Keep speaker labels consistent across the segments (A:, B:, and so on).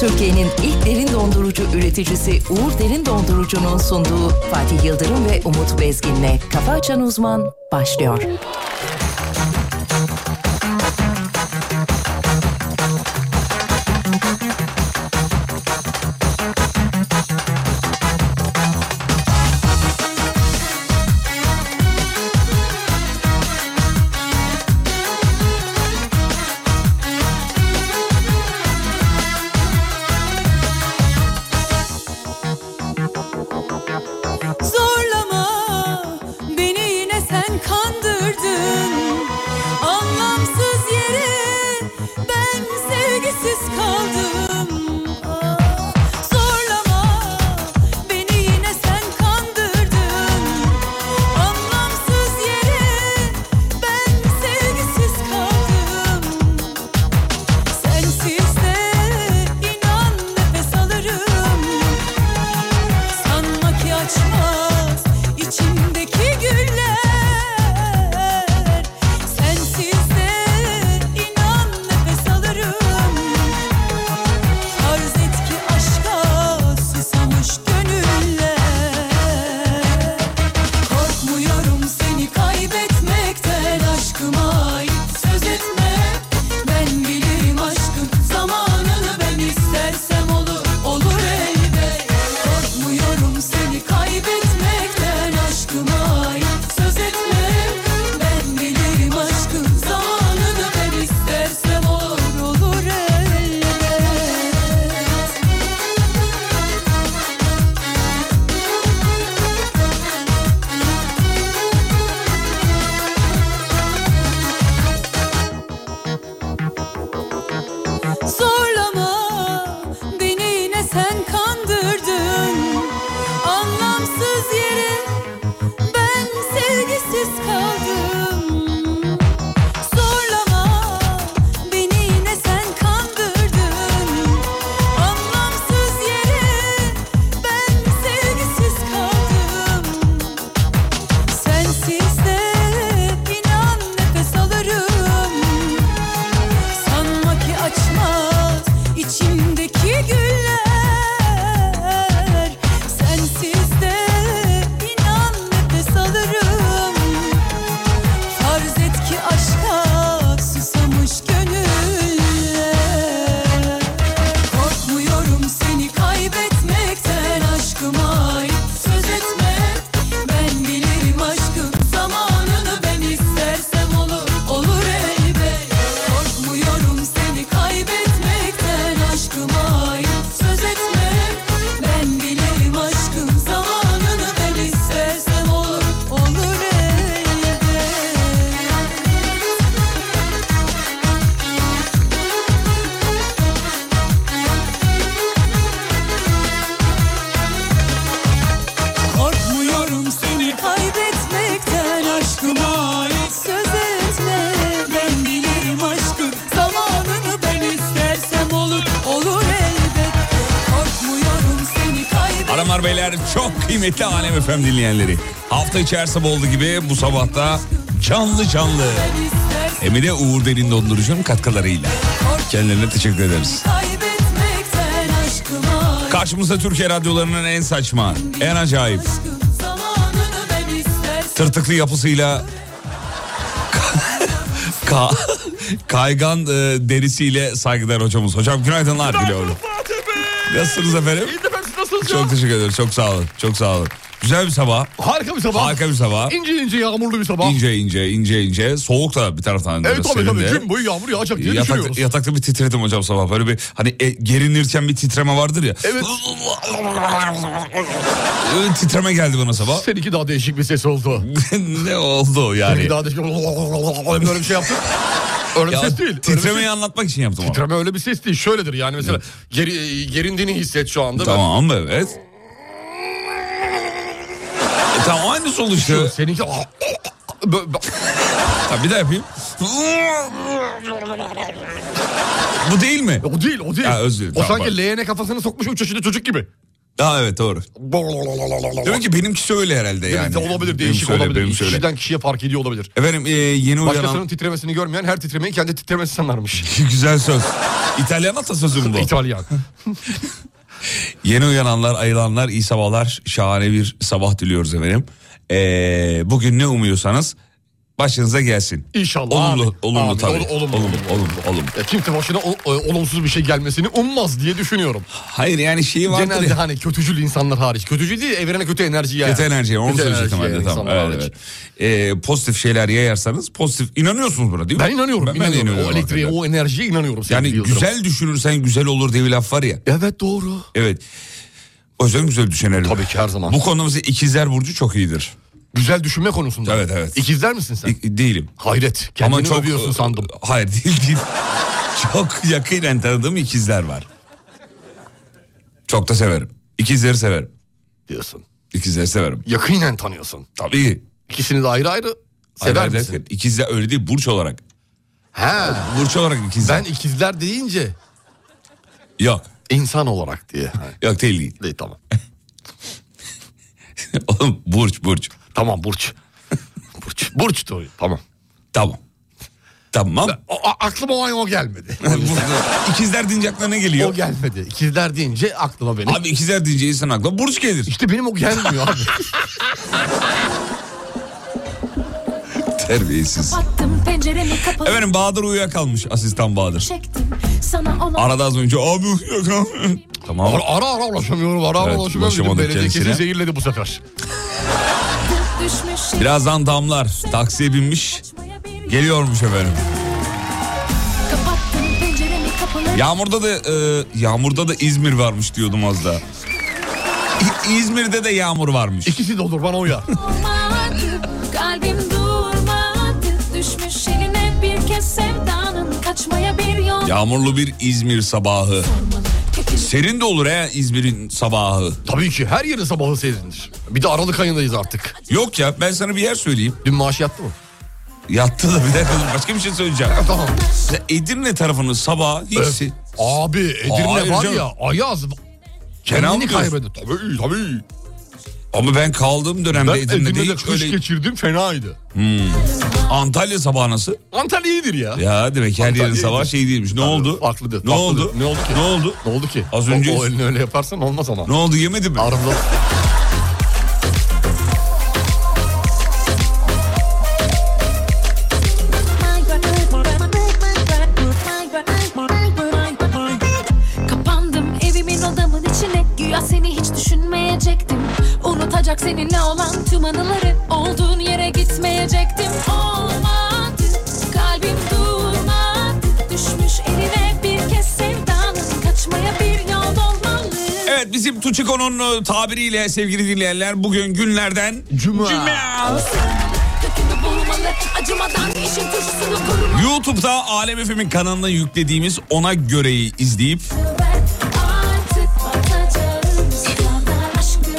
A: Türkiye'nin ilk derin dondurucu üreticisi Uğur Derin Dondurucu'nun sunduğu Fatih Yıldırım ve Umut Bezgin'le Kafa Açan Uzman başlıyor.
B: Zorlama beni yine sen kandırdın Anlamsız yere ben sevgisiz kaldım Ah, Zorlama beni yine sen kandırdın Anlamsız yere ben sevgisiz kaldım Sensiz de inan nefes alırım Sanma ki açmaz içimdeki güller Sensiz de inan nefes alırım Farz et ki aşka susamış gönüller Korkmuyorum seni kaybetmekten aşkıma ait söz etme Ben bilirim aşkın zamanını ben istersem olur olur elbet Korkmuyorum seni kaybetmekten aşkıma ait söz etme Ben bilirim aşkın zamanını ben istersem olur olur elbet Zorlama beni yine sen kandırdın Anlamsız yere ben sevgisiz kaldım Zorlama beni yine sen kandırdın Anlamsız yere ben sevgisiz kaldım Sensiz de inan nefes alırım Sanma ki açmaz içimdeki güller Sensiz de inan nefes alırım Farz et ki aşka susamış gönüller Korkmuyorum seni kaybetmekten aşkıma ait söz etme Ben bilirim aşkın zamanını ben istersem olur olur elbet Korkmuyorum seni kaybetmekten aşkıma ait söz etme Ben bilirim aşkın zamanını ben istersem olur olur elbet
C: Korkmuyorum seni
B: Kaybetmekten
C: aşkıma ait
B: söz etme
C: Ben bilirim aşkı zamanını ben istersem olur
B: Olur elbet korkmuyorum seni kaybetmekten
C: Hanımlar beyler çok kıymetli Alem Efem dinleyenleri. Hafta içerisinde olduğu gibi bu sabahta canlı canlı.
B: istersen
C: Hem de Uğur Derin Dondurucu'nun katkılarıyla. Kendilerine teşekkür ederiz.
B: Kaybetmekten aşkıma
C: Karşımızda Türkiye radyolarının en saçma, en acayip,
B: aşkın zamanını ben istersen
C: tırtıklı yapısıyla... Ka kaygan e, derisiyle saygılar hocamız. Hocam günaydınlar diliyorum.
D: Fatih Bey.
C: Nasılsınız efendim?
D: İyi de ben siz nasılsınız ya?
C: Çok teşekkür ederim. Çok sağ olun. Çok sağ olun. Güzel bir sabah.
D: Harika bir sabah.
C: Harika bir sabah.
D: İnce ince yağmurlu bir sabah.
C: İnce ince ince ince. Soğuk da bir taraftan.
D: Evet
C: böyle
D: tabii tabii.
C: serin de.
D: Gün boyu yağmur yağacak diye düşünüyoruz.
C: Yatak, yatakta bir titredim hocam sabah. Böyle bir hani e, gerinirken bir titreme vardır ya.
D: Evet.
C: Öyle titreme geldi bana sabah.
D: Seninki daha değişik bir ses oldu.
C: ne oldu yani?
D: Seninki daha değişik. Böyle bir şey yaptın. Öyle bir
C: Ya,
D: ses değil. Öyle bir ses-
C: titremeyi anlatmak için yaptım onu.
D: Titreme öyle bir ses değil. Şöyledir yani mesela geri, e, gerindiğini hisset şu anda.
C: Tamam evet. E, tamam aynısı oldu işte.
D: Ben- Seninki... Bö- bö-
C: Ha, bir daha yapayım. Bu değil mi?
D: O değil o değil.
C: Ya, özür dilerim,
D: O
C: tamam,
D: sanki
C: pardon.
D: leğene kafasını sokmuş 3 yaşında çocuk gibi.
C: Daha evet doğru. Demek ki benimkisi öyle herhalde yani.
D: Yani, olabilir değişik
C: Benimkisi öyle,
D: olabilir.
C: benimkisi öyle.
D: Kişiden kişiye fark ediyor olabilir.
C: Efendim e, yeni
D: Başkasının
C: uyanan
D: titremesini görmeyen her titremeyi kendi titremesi sanarmış.
C: güzel söz. İtalyan atasözü mü bu?
D: İtalyan.
C: Yeni uyananlar, ayılanlar, iyi sabahlar. Şahane bir sabah diliyoruz efendim. Ee, bugün ne umuyorsanız başınıza gelsin.
D: İnşallah.
C: Olumlu,
D: Amin.
C: olumlu
D: Amin.
C: tabii.
D: Ol- Olumlu.
C: olumlu, olumlu, olumlu.
D: Ya kimse başına o- e, olumsuz bir şey gelmesini ummaz diye düşünüyorum.
C: Hayır yani şeyi vardır
D: Genelde
C: ya.
D: hani kötücül insanlar hariç. Kötücül değil evrene kötü enerji yayan.
C: Kötü enerji, şey, onu
D: Kötü
C: söyleyecektim
D: enerji
C: ben de
D: yayan
C: tamam.
D: insanlar
C: Evet,
D: hariç.
C: evet. Ee, pozitif şeyler yayarsanız pozitif. inanıyorsunuz buna değil mi?
D: Ben inanıyorum.
C: Ben, ben de
D: inanıyorum.
C: inanıyorum
D: o elektriğe,
C: hakikaten.
D: o enerjiye inanıyorum. sevgili
C: Yani
D: Yıldırım.
C: güzel düşünürsen güzel olur diye bir laf var ya.
D: Evet doğru.
C: Evet. O yüzden güzel düşünelim.
D: Tabii ki her zaman.
C: Bu konuda mesela ikizler burcu çok iyidir.
D: Güzel düşünme konusunda.
C: Evet, evet.
D: İkizler misin sen?
C: İ- değilim.
D: Hayret. Kendini Ama övüyorsun
C: e,
D: sandım.
C: Hayır değil değil. çok yakinen tanıdığım ikizler var. Çok da severim. İkizleri severim.
D: Diyorsun.
C: İkizleri severim.
D: Yakinen tanıyorsun.
C: Tabii.
D: İkisini de ayrı ayrı sever
C: Hayır,
D: misin?
C: hayır, İkizler öyle değil burç olarak.
D: He.
C: Burç olarak ikizler.
D: Ben ikizler deyince
C: Yok.
D: insan olarak diye. Ha,
C: Yok değil değil.
D: değil tamam.
C: Oğlum burç burç.
D: Tamam Burç. Burç. Burç doğru. Tamam.
C: Tamam. Tamam.
D: O, a- aklıma o an o gelmedi.
C: Burç- İkizler deyince aklına ne
D: o
C: geliyor?
D: gelmedi. İkizler deyince aklıma benim.
C: Abi ikizler deyince insan aklına burç gelir.
D: İşte benim o gelmiyor abi.
C: Terbiyesiz.
E: Attım penceremi kapalı
C: Efendim Bahadır uyuyakalmış asistan Bahadır.
E: çektim sana olan
C: Arada az önce abi uyuyakalmış. tamam.
D: Ara ara, ara ulaşamıyorum. Ara ara
C: Evet,
D: ulaşamıyorum.
C: ulaşamadık
D: Belediye kesin
C: kendisine.
D: zehirledi bu sefer.
E: düşmüş şey
C: Birazdan damlar taksiye binmiş
E: Kaçmaya bir
C: geliyormuş efendim.
E: Kapattım penceremi kapalı
C: Yağmurda da e, yağmurda da İzmir varmış diyordum az daha. İ- İzmir'de de yağmur varmış.
D: İkisi de olur bana uyar.
E: Durmadı kalbim durmadı Düşmüş eline bir kez sevdanın Kaçmaya bir yol
C: Yağmurlu bir İzmir sabahı.
E: olmalı Kökünü
C: Serin de olur he İzmir'in sabahı.
D: Tabii ki her yerin sabahı serindir. Bir de Aralık ayındayız artık.
C: Yok ya ben sana bir yer söyleyeyim.
D: Dün maaş yattı mı?
C: Yattı da bir dakika dur, başka bir şey söyleyeceğim.
D: Ha, tamam.
C: Mesela Edirne tarafının sabahı hiç... si-
D: Abi Edirne
C: Hayır
D: var
C: canım.
D: ya ayaz.
C: Kenan
D: Kendini
C: mı diyorsun?
D: kaybediyor. Tabii tabii.
C: Ama ben kaldığım dönemde
D: Ben
C: Edirne'de,
D: Edirne'de,
C: hiç
D: kış
C: öyle...
D: geçirdim fenaydı.
C: Antalya sabahı nasıl?
D: Antalya iyidir ya.
C: Ya demek her yerin
D: Antalya'ydı.
C: sabah şey değilmiş. Ne oldu?
D: Farklıdır.
C: Ne
D: farklıdır.
C: oldu?
D: Ne oldu ki?
C: Ne oldu?
D: Ne oldu ki?
C: Az
D: O-
C: önce-
D: O, elini öyle yaparsan olmaz ama.
C: Ne oldu yemedi mi?
D: Aramda...
E: Kapandım evimin odamın içine Güya seni hiç düşünmeyecektim Unutacak seninle olan tüm anıları Olduğun yere gitmeyecektim Olmadı kalbim durmadı Düşmüş eline bir kez sevdanın Kaçmaya bir yol olmalı
C: Evet bizim Tuçiko'nun e, tabiriyle sevgili dinleyenler bugün günlerden
D: Cuma.
E: Kökünü bulmalı acımadan işin turşusunu kurmalı
C: YouTube'da Alem FM'in kanalına yüklediğimiz ona göreyi izleyip
E: Ben artık batacağım Sana aşkın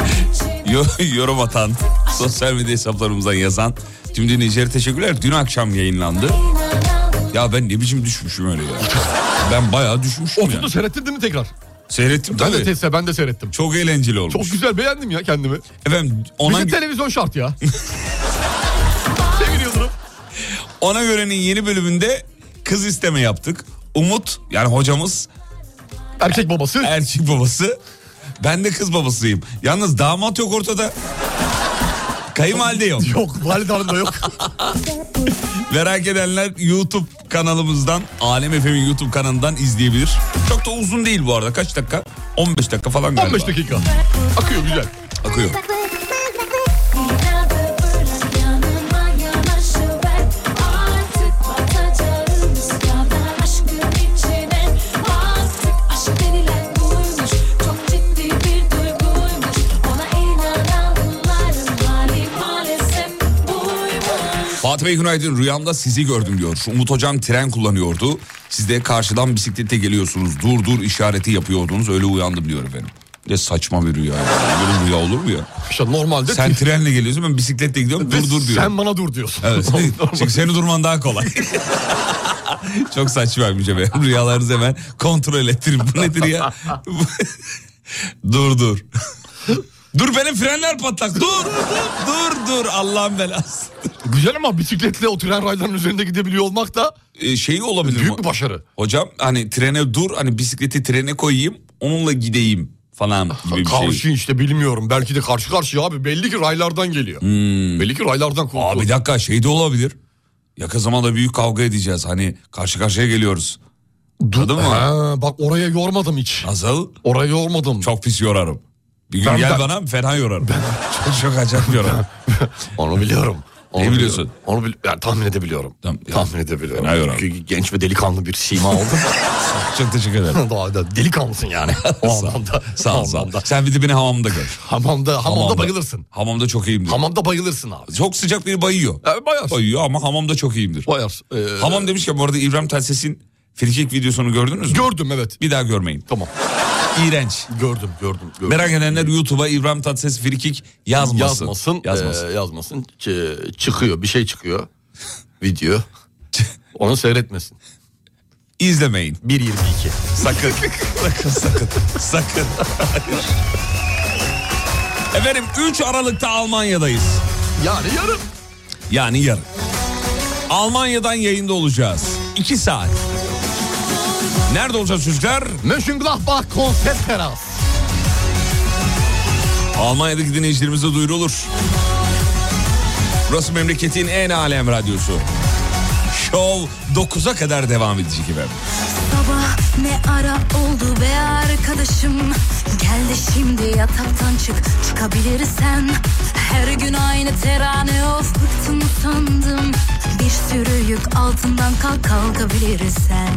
E: için
C: yo- yorum atan sosyal medya hesaplarımızdan yazan tüm dinleyicilere teşekkürler. Dün akşam yayınlandı.
E: inanan
C: Ya ben ne biçim düşmüşüm öyle ya. Ben bayağı düşmüşüm
D: Oturdu
C: yani.
D: seyrettin değil mi tekrar?
C: Seyrettim
D: Ben de
C: tabii.
D: teste ben de seyrettim.
C: Çok eğlenceli olmuş.
D: Çok güzel beğendim ya kendimi.
C: Efendim ona,
D: Bizim televizyon şart ya. Sevgili Yıldırım.
C: ona görenin yeni bölümünde kız isteme yaptık. Umut yani hocamız
D: Erkek babası.
C: erkek babası. Ben de kız babasıyım. Yalnız damat yok ortada. Kayınvalide yok.
D: Yok valide hanım da yok.
C: Merak edenler YouTube kanalımızdan, Alem FM'in YouTube kanalından izleyebilir. Çok da uzun değil bu arada. Kaç dakika? 15 dakika falan galiba.
D: 15 dakika. Akıyor güzel.
C: Akıyor.
E: inadı bırak yanıma yanaşıver Artık batacağım ıskadan aşkın içine Artık aşk denilen buymuş Çok ciddi bir duyguymuş Ona inananların hali maalesef buymuş
C: Fatih Bey günaydın. Rüyamda sizi gördüm diyor. Şu Umut Hocam tren kullanıyordu. Siz de karşıdan bisiklette geliyorsunuz. Dur dur işareti yapıyordunuz. Öyle uyandım diyor efendim. Ne saçma bir rüya. ya. Böyle rüya olur mu ya?
D: İşte normalde.
C: Sen trenle geliyorsun ben bisikletle gidiyorum.
D: Ve
C: Dur dur diyor.
D: Sen bana dur diyorsun.
C: Evet. Çünkü seni durman daha kolay. Çok saçmaymış efendim. Rüyalarınızı hemen kontrol ettirin. Bu nedir ya? Bu- Dur dur. dur benim frenler patlak. Dur. dur dur Allah'ın belası.
D: Güzel ama bisikletle o tren raylarının üzerinde gidebiliyor olmak da
C: Ee, şey olabilir mi?
D: büyük bir başarı.
C: Hocam hani trene dur hani bisikleti trene koyayım onunla gideyim falan
D: Ah,
C: gibi bir
D: Karşı
C: şey.
D: işte bilmiyorum. Belki de karşı karşıya abi. Belli ki raylardan geliyor.
C: Hmm.
D: Belli ki raylardan
C: Aa
D: korkuyor.
C: bir dakika şey de olabilir. Yakın zamanda büyük kavga edeceğiz. Hani karşı karşıya geliyoruz. Anladın mı?
D: Ha, bak oraya yormadım hiç.
C: Nasıl?
D: Oraya yormadım.
C: Çok pis yorarım. Bir gün
D: Ben
C: gel
D: de-
C: bana fena yorarım. çok çok acayip yorarım.
D: Onu biliyorum. Onu
C: Ne
D: biliyorum.
C: biliyorsun?
D: Onu bil- yani tahmin edebiliyorum.
C: Tam- ya,
D: tahmin edebiliyorum.
C: fena yoran.
D: Çünkü genç ve delikanlı bir sima oldum.
C: çok teşekkür ederim.
D: Daha da delikanlısın yani. O anlamda.
C: Sağ ol
D: o
C: sağ ol.
D: anlamda.
C: Sen bir de beni hamamda gör.
D: Hamamda, hamamda, bayılırsın.
C: Hamamda çok iyiyimdir.
D: Hamamda bayılırsın abi.
C: Çok sıcak biri bayıyor.
D: E, bayar.
C: Bayıyor ama hamamda çok iyiyimdir.
D: Bayar. Ee,
C: Hamam demişken bu arada İbrahim Tatlıses'in frikik videosunu gördünüz mü?
D: Gördüm evet.
C: bir daha görmeyin.
D: Tamam.
C: İğrenç.
D: Gördüm gördüm. gördüm.
C: Merak edenler YouTube'a İbrahim Tatlıses frikik yazmasın.
D: yazmasın.
C: Yazmasın.
D: e, yazmasın. Ç- çıkıyor bir şey çıkıyor. Video. Onu seyretmesin.
C: İzlemeyin.
D: 1.22.
C: Sakın. sakın sakın. Sakın. Efendim 3 Aralık'ta Almanya'dayız.
D: Yani yarın.
C: Yani yarın. Almanya'dan yayında olacağız. 2 saat. Nerede olacağız çocuklar?
D: Mönchengladbach konser teras.
C: Almanya'daki dinleyicilerimize duyurulur. Burası memleketin en alem radyosu. Show 9'a kadar devam edecek efendim.
F: Sabah ne ara oldu be arkadaşım Gel de şimdi yataktan çık çıkabilirsen Her gün aynı terane of bıktım sandım Bir sürü yük altından kalk kalkabilirsen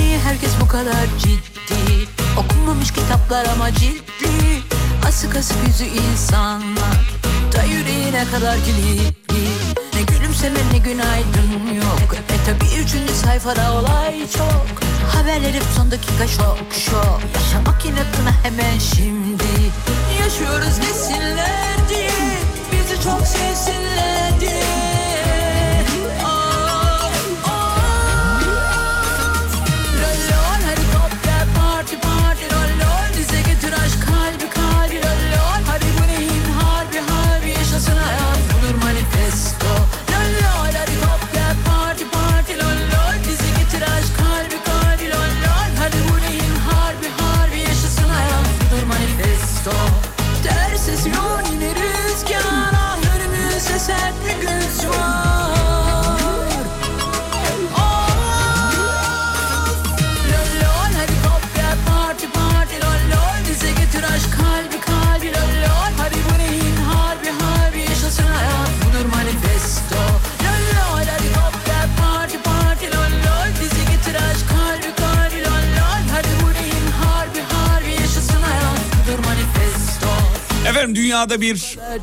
B: Niye herkes bu kadar ciddi Okunmamış kitaplar ama ciddi Asık asık yüzü insanlar Da yüreğine kadar kilitli Ne gülümseme ne günaydın yok E tabi üçüncü sayfada olay çok Haberler hep son dakika şok şok Yaşamak inatına hemen şimdi Yaşıyoruz desinler diye Bizi çok sevsinler diye Ah, ah. Rollon helikopter parti parti rollon Bize getir aşk kalbi kalbi rollon Hadi bu neyin harbi harbi yaşasın hayat budur manifesto Rollon helikopter parti parti rollon Bize getir aşk kalbi kalbi rollon Hadi bu neyin harbi harbi yaşasın hayat budur manifesto Ters esiyor yine rüzgar Ah önümüzde sert bir güz
C: Efendim dünyada bir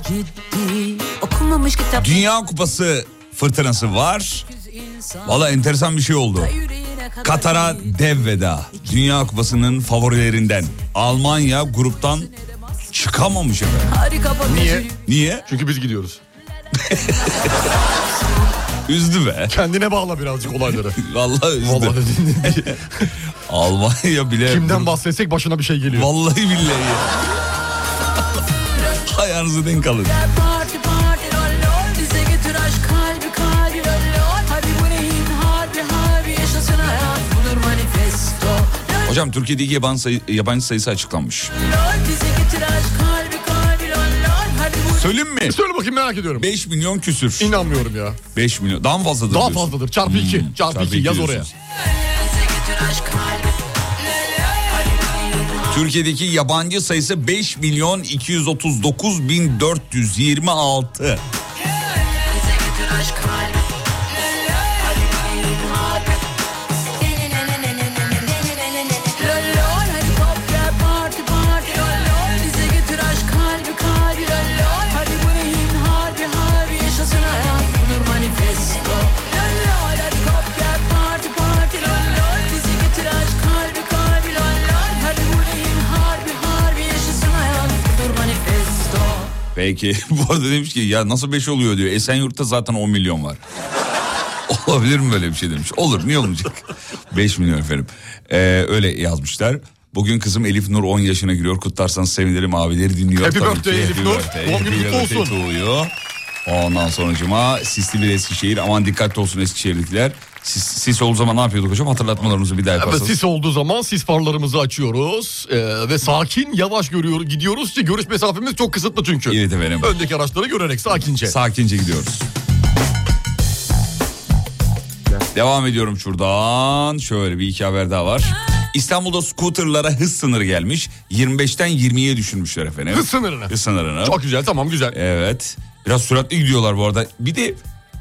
B: ciddi Okunmamış kitap
C: Dünya Kupası fırtınası var. Valla enteresan bir şey oldu. Katar'a dev veda. Dünya Kupası'nın favorilerinden. Almanya gruptan çıkamamış efendim.
D: Niye?
C: Niye?
D: Çünkü biz gidiyoruz.
C: Üzdü be.
D: Kendine bağla birazcık olayları.
C: Vallahi üzdü.
D: Vallahi dediğin ne diye.
C: Almanya bile...
D: Kimden bahsetsek başına bir şey geliyor.
C: Vallahi billahi ya. Ayağınızı denk alın.
B: Parti parti rollol Bize götür aşk kalbi kalbi rollol Hadi bu neyin harbi harbi Yaşasın hayat budur manifesto
C: Hocam Türkiye'deki yabancı, sayı- yabancı sayısı açıklanmış.
B: Rollol bize götür aşk kalbi kalbi rollol Hadi bu
C: Söyleyeyim mi?
D: Söyle bakayım merak ediyorum.
C: 5 milyon küsür.
D: İnanmıyorum ya.
C: 5 milyon. Daha mı fazladır?
D: Daha
C: diyorsun? Hmm,
D: fazladır. Çarpı 2. Çarpı
C: Tabii
D: 2 yaz
C: ki
D: oraya.
C: diyorsunuz. Türkiye'deki yabancı sayısı 5 milyon 239 bin 426.
B: Rollol hadi pop gel parti parti rollol Bize götür aşk kalbi kalbi rollol Hadi bu neyin harbi harbi Yaşasın hayat budur manifesto Rollol hadi pop gel parti parti rollol Bize götür aşk kalbi kalbi rollol Hadi bu neyin harbi harbi Yaşasın hayat budur manifesto
C: Peki bu arada demiş ki ya nasıl 5 oluyor diyor. Esenyurt'ta zaten 10 milyon var. Olabilir mi böyle bir şey demiş. Olur niye olmayacak? 5 milyon efendim. Ee, öyle yazmışlar. Bugün kızım Elif Nur 10 yaşına giriyor. Kutlarsanız sevinirim abileri dinliyor.
D: Happy
C: tabii
D: birthday
C: ki.
D: Elif
C: Happy
D: Nur.
C: birthday.
D: Doğum günün
C: Happy
D: kutlu
C: birthday
D: olsun.
C: to you. Ondan sonucuma sisli bir Eskişehir. Aman dikkatli olsun Eskişehirlikler. Sis, sis olduğu zaman ne yapıyorduk hocam? Hatırlatmalarımızı bir daha
D: Evet,
C: yaparsanız.
D: sis olduğu zaman sis farlarımızı açıyoruz ee, ve sakin yavaş görüyor, gidiyoruz ki görüş mesafemiz çok kısıtlı çünkü.
C: Evet efendim.
D: Öndeki araçları görerek sakince.
C: Sakince gidiyoruz. Devam ediyorum şuradan. Şöyle bir iki haber daha var. İstanbul'da scooterlara hız sınırı gelmiş. 25'ten 20'ye düşürmüşler efendim.
D: Hız sınırını.
C: Hız sınırını.
D: çok güzel tamam
C: E,
D: güzel.
C: Evet. Biraz süratli gidiyorlar bu arada. Bir de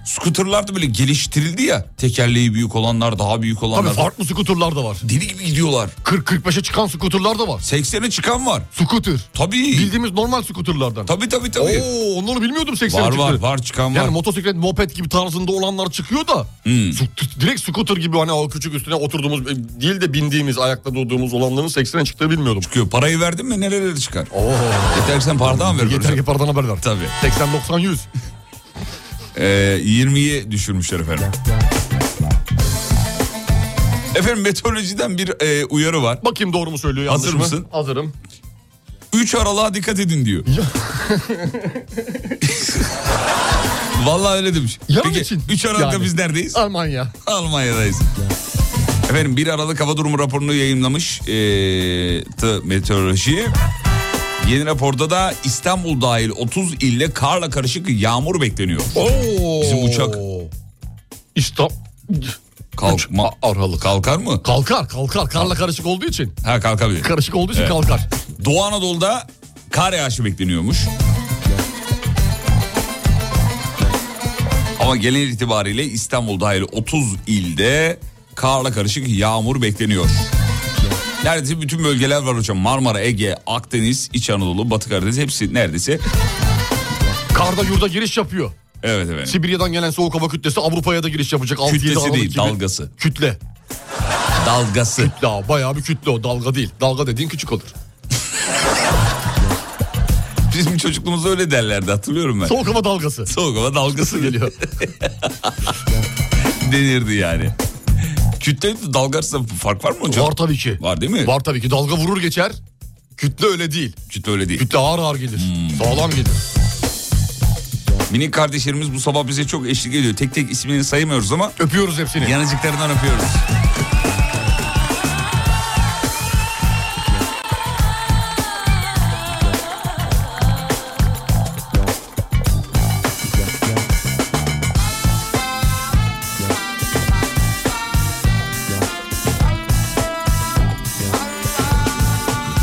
C: scooterlar da böyle geliştirildi ya. Tekerleği büyük olanlar, daha büyük
D: Tabii
C: olanlar.
D: farklı skuturlar da var.
C: Deli gibi gidiyorlar.
D: 40-45'e çıkan skuturlar da var.
C: 80'e çıkan var.
D: Skuter.
C: Tabii.
D: Bildiğimiz normal skuturlardan.
C: Tabii tabii tabii.
D: Oo, onları bilmiyordum 80
C: var var
D: çıktı.
C: var çıkan var.
D: Yani motosiklet, moped gibi tarzında olanlar çıkıyor da
C: Hmm.
D: sku- direkt scooter gibi hani o küçük üstüne oturduğumuz e, değil de bindiğimiz, ayakta durduğumuz olanların 80'e çıktığı bilmiyordum.
C: Çıkıyor. Parayı verdin mi nerelere çıkar?
D: Oo.
C: Yeter ki sen paradan ver.
D: Yeter ki paradan haber ver.
C: Tabii.
D: 80, 90, 100.
C: Ee, 20'ye düşürmüşler efendim. Efendim meteorolojiden bir e, uyarı var.
D: Bakayım doğru mu söylüyor yanlış
C: Hazır
D: mı?
C: mısın?
D: Hazırım.
C: 3 aralığa dikkat edin diyor. Vallahi öyle demiş.
D: Yarın
C: Peki
D: için.
C: 3 Aralık'ta
D: Yani.
C: biz neredeyiz?
D: Almanya.
C: Almanya'dayız. Efendim 1 Aralık hava durumu raporunu yayınlamış e, T meteoroloji. Yeni raporda da İstanbul dahil 30 ille karla karışık yağmur bekleniyor.
D: Oo.
C: Bizim uçak-
D: İşte
C: Kalkma
D: Aralık.
C: Kalkar mı?
D: kalkar kalkar karla karışık olduğu için.
C: Ha kalkabilir.
D: Karışık olduğu için kalkar.
C: Doğu Anadolu'da kar yağışı bekleniyormuş. Ama genel itibariyle İstanbul dahil 30 ilde karla karışık yağmur bekleniyor. Neredeyse bütün bölgeler var hocam. Marmara, Ege, Akdeniz, İç Anadolu, Batı Karadeniz hepsi neredeyse.
D: Karda yurda giriş yapıyor.
C: Evet efendim.
D: Sibirya'dan gelen soğuk hava kütlesi Avrupa'ya da giriş yapacak. 6-7
C: Kütlesi
D: Aralık
C: değil
D: gibi.
C: dalgası.
D: Kütle.
C: Dalgası.
D: Daha bayağı bir kütle o dalga değil. Dalga dediğin küçük olur.
C: Bizim çocukluğumuzda öyle derlerdi hatırlıyorum ben.
D: Soğuk hava dalgası.
C: Soğuk hava dalgası
D: geliyor.
C: denirdi yani. Kütle dalga arasında fark var mı hocam?
D: Var tabii ki.
C: Var değil mi?
D: Var tabii ki. Dalga vurur geçer. Kütle öyle değil.
C: Kütle öyle değil.
D: Kütle ağır ağır gelir.
C: Hmm.
D: Sağlam gelir.
C: Minik kardeşlerimiz bu sabah bize çok eşlik ediyor. Tek tek ismini sayamıyoruz ama
D: Öpüyoruz hepsini.
C: yanıcıklarından öpüyoruz. Efendim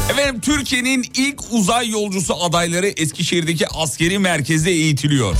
C: Efendim Türkiye'nin ilk uzay yolcusu adayları Eskişehir'deki askeri merkezde eğitiliyor.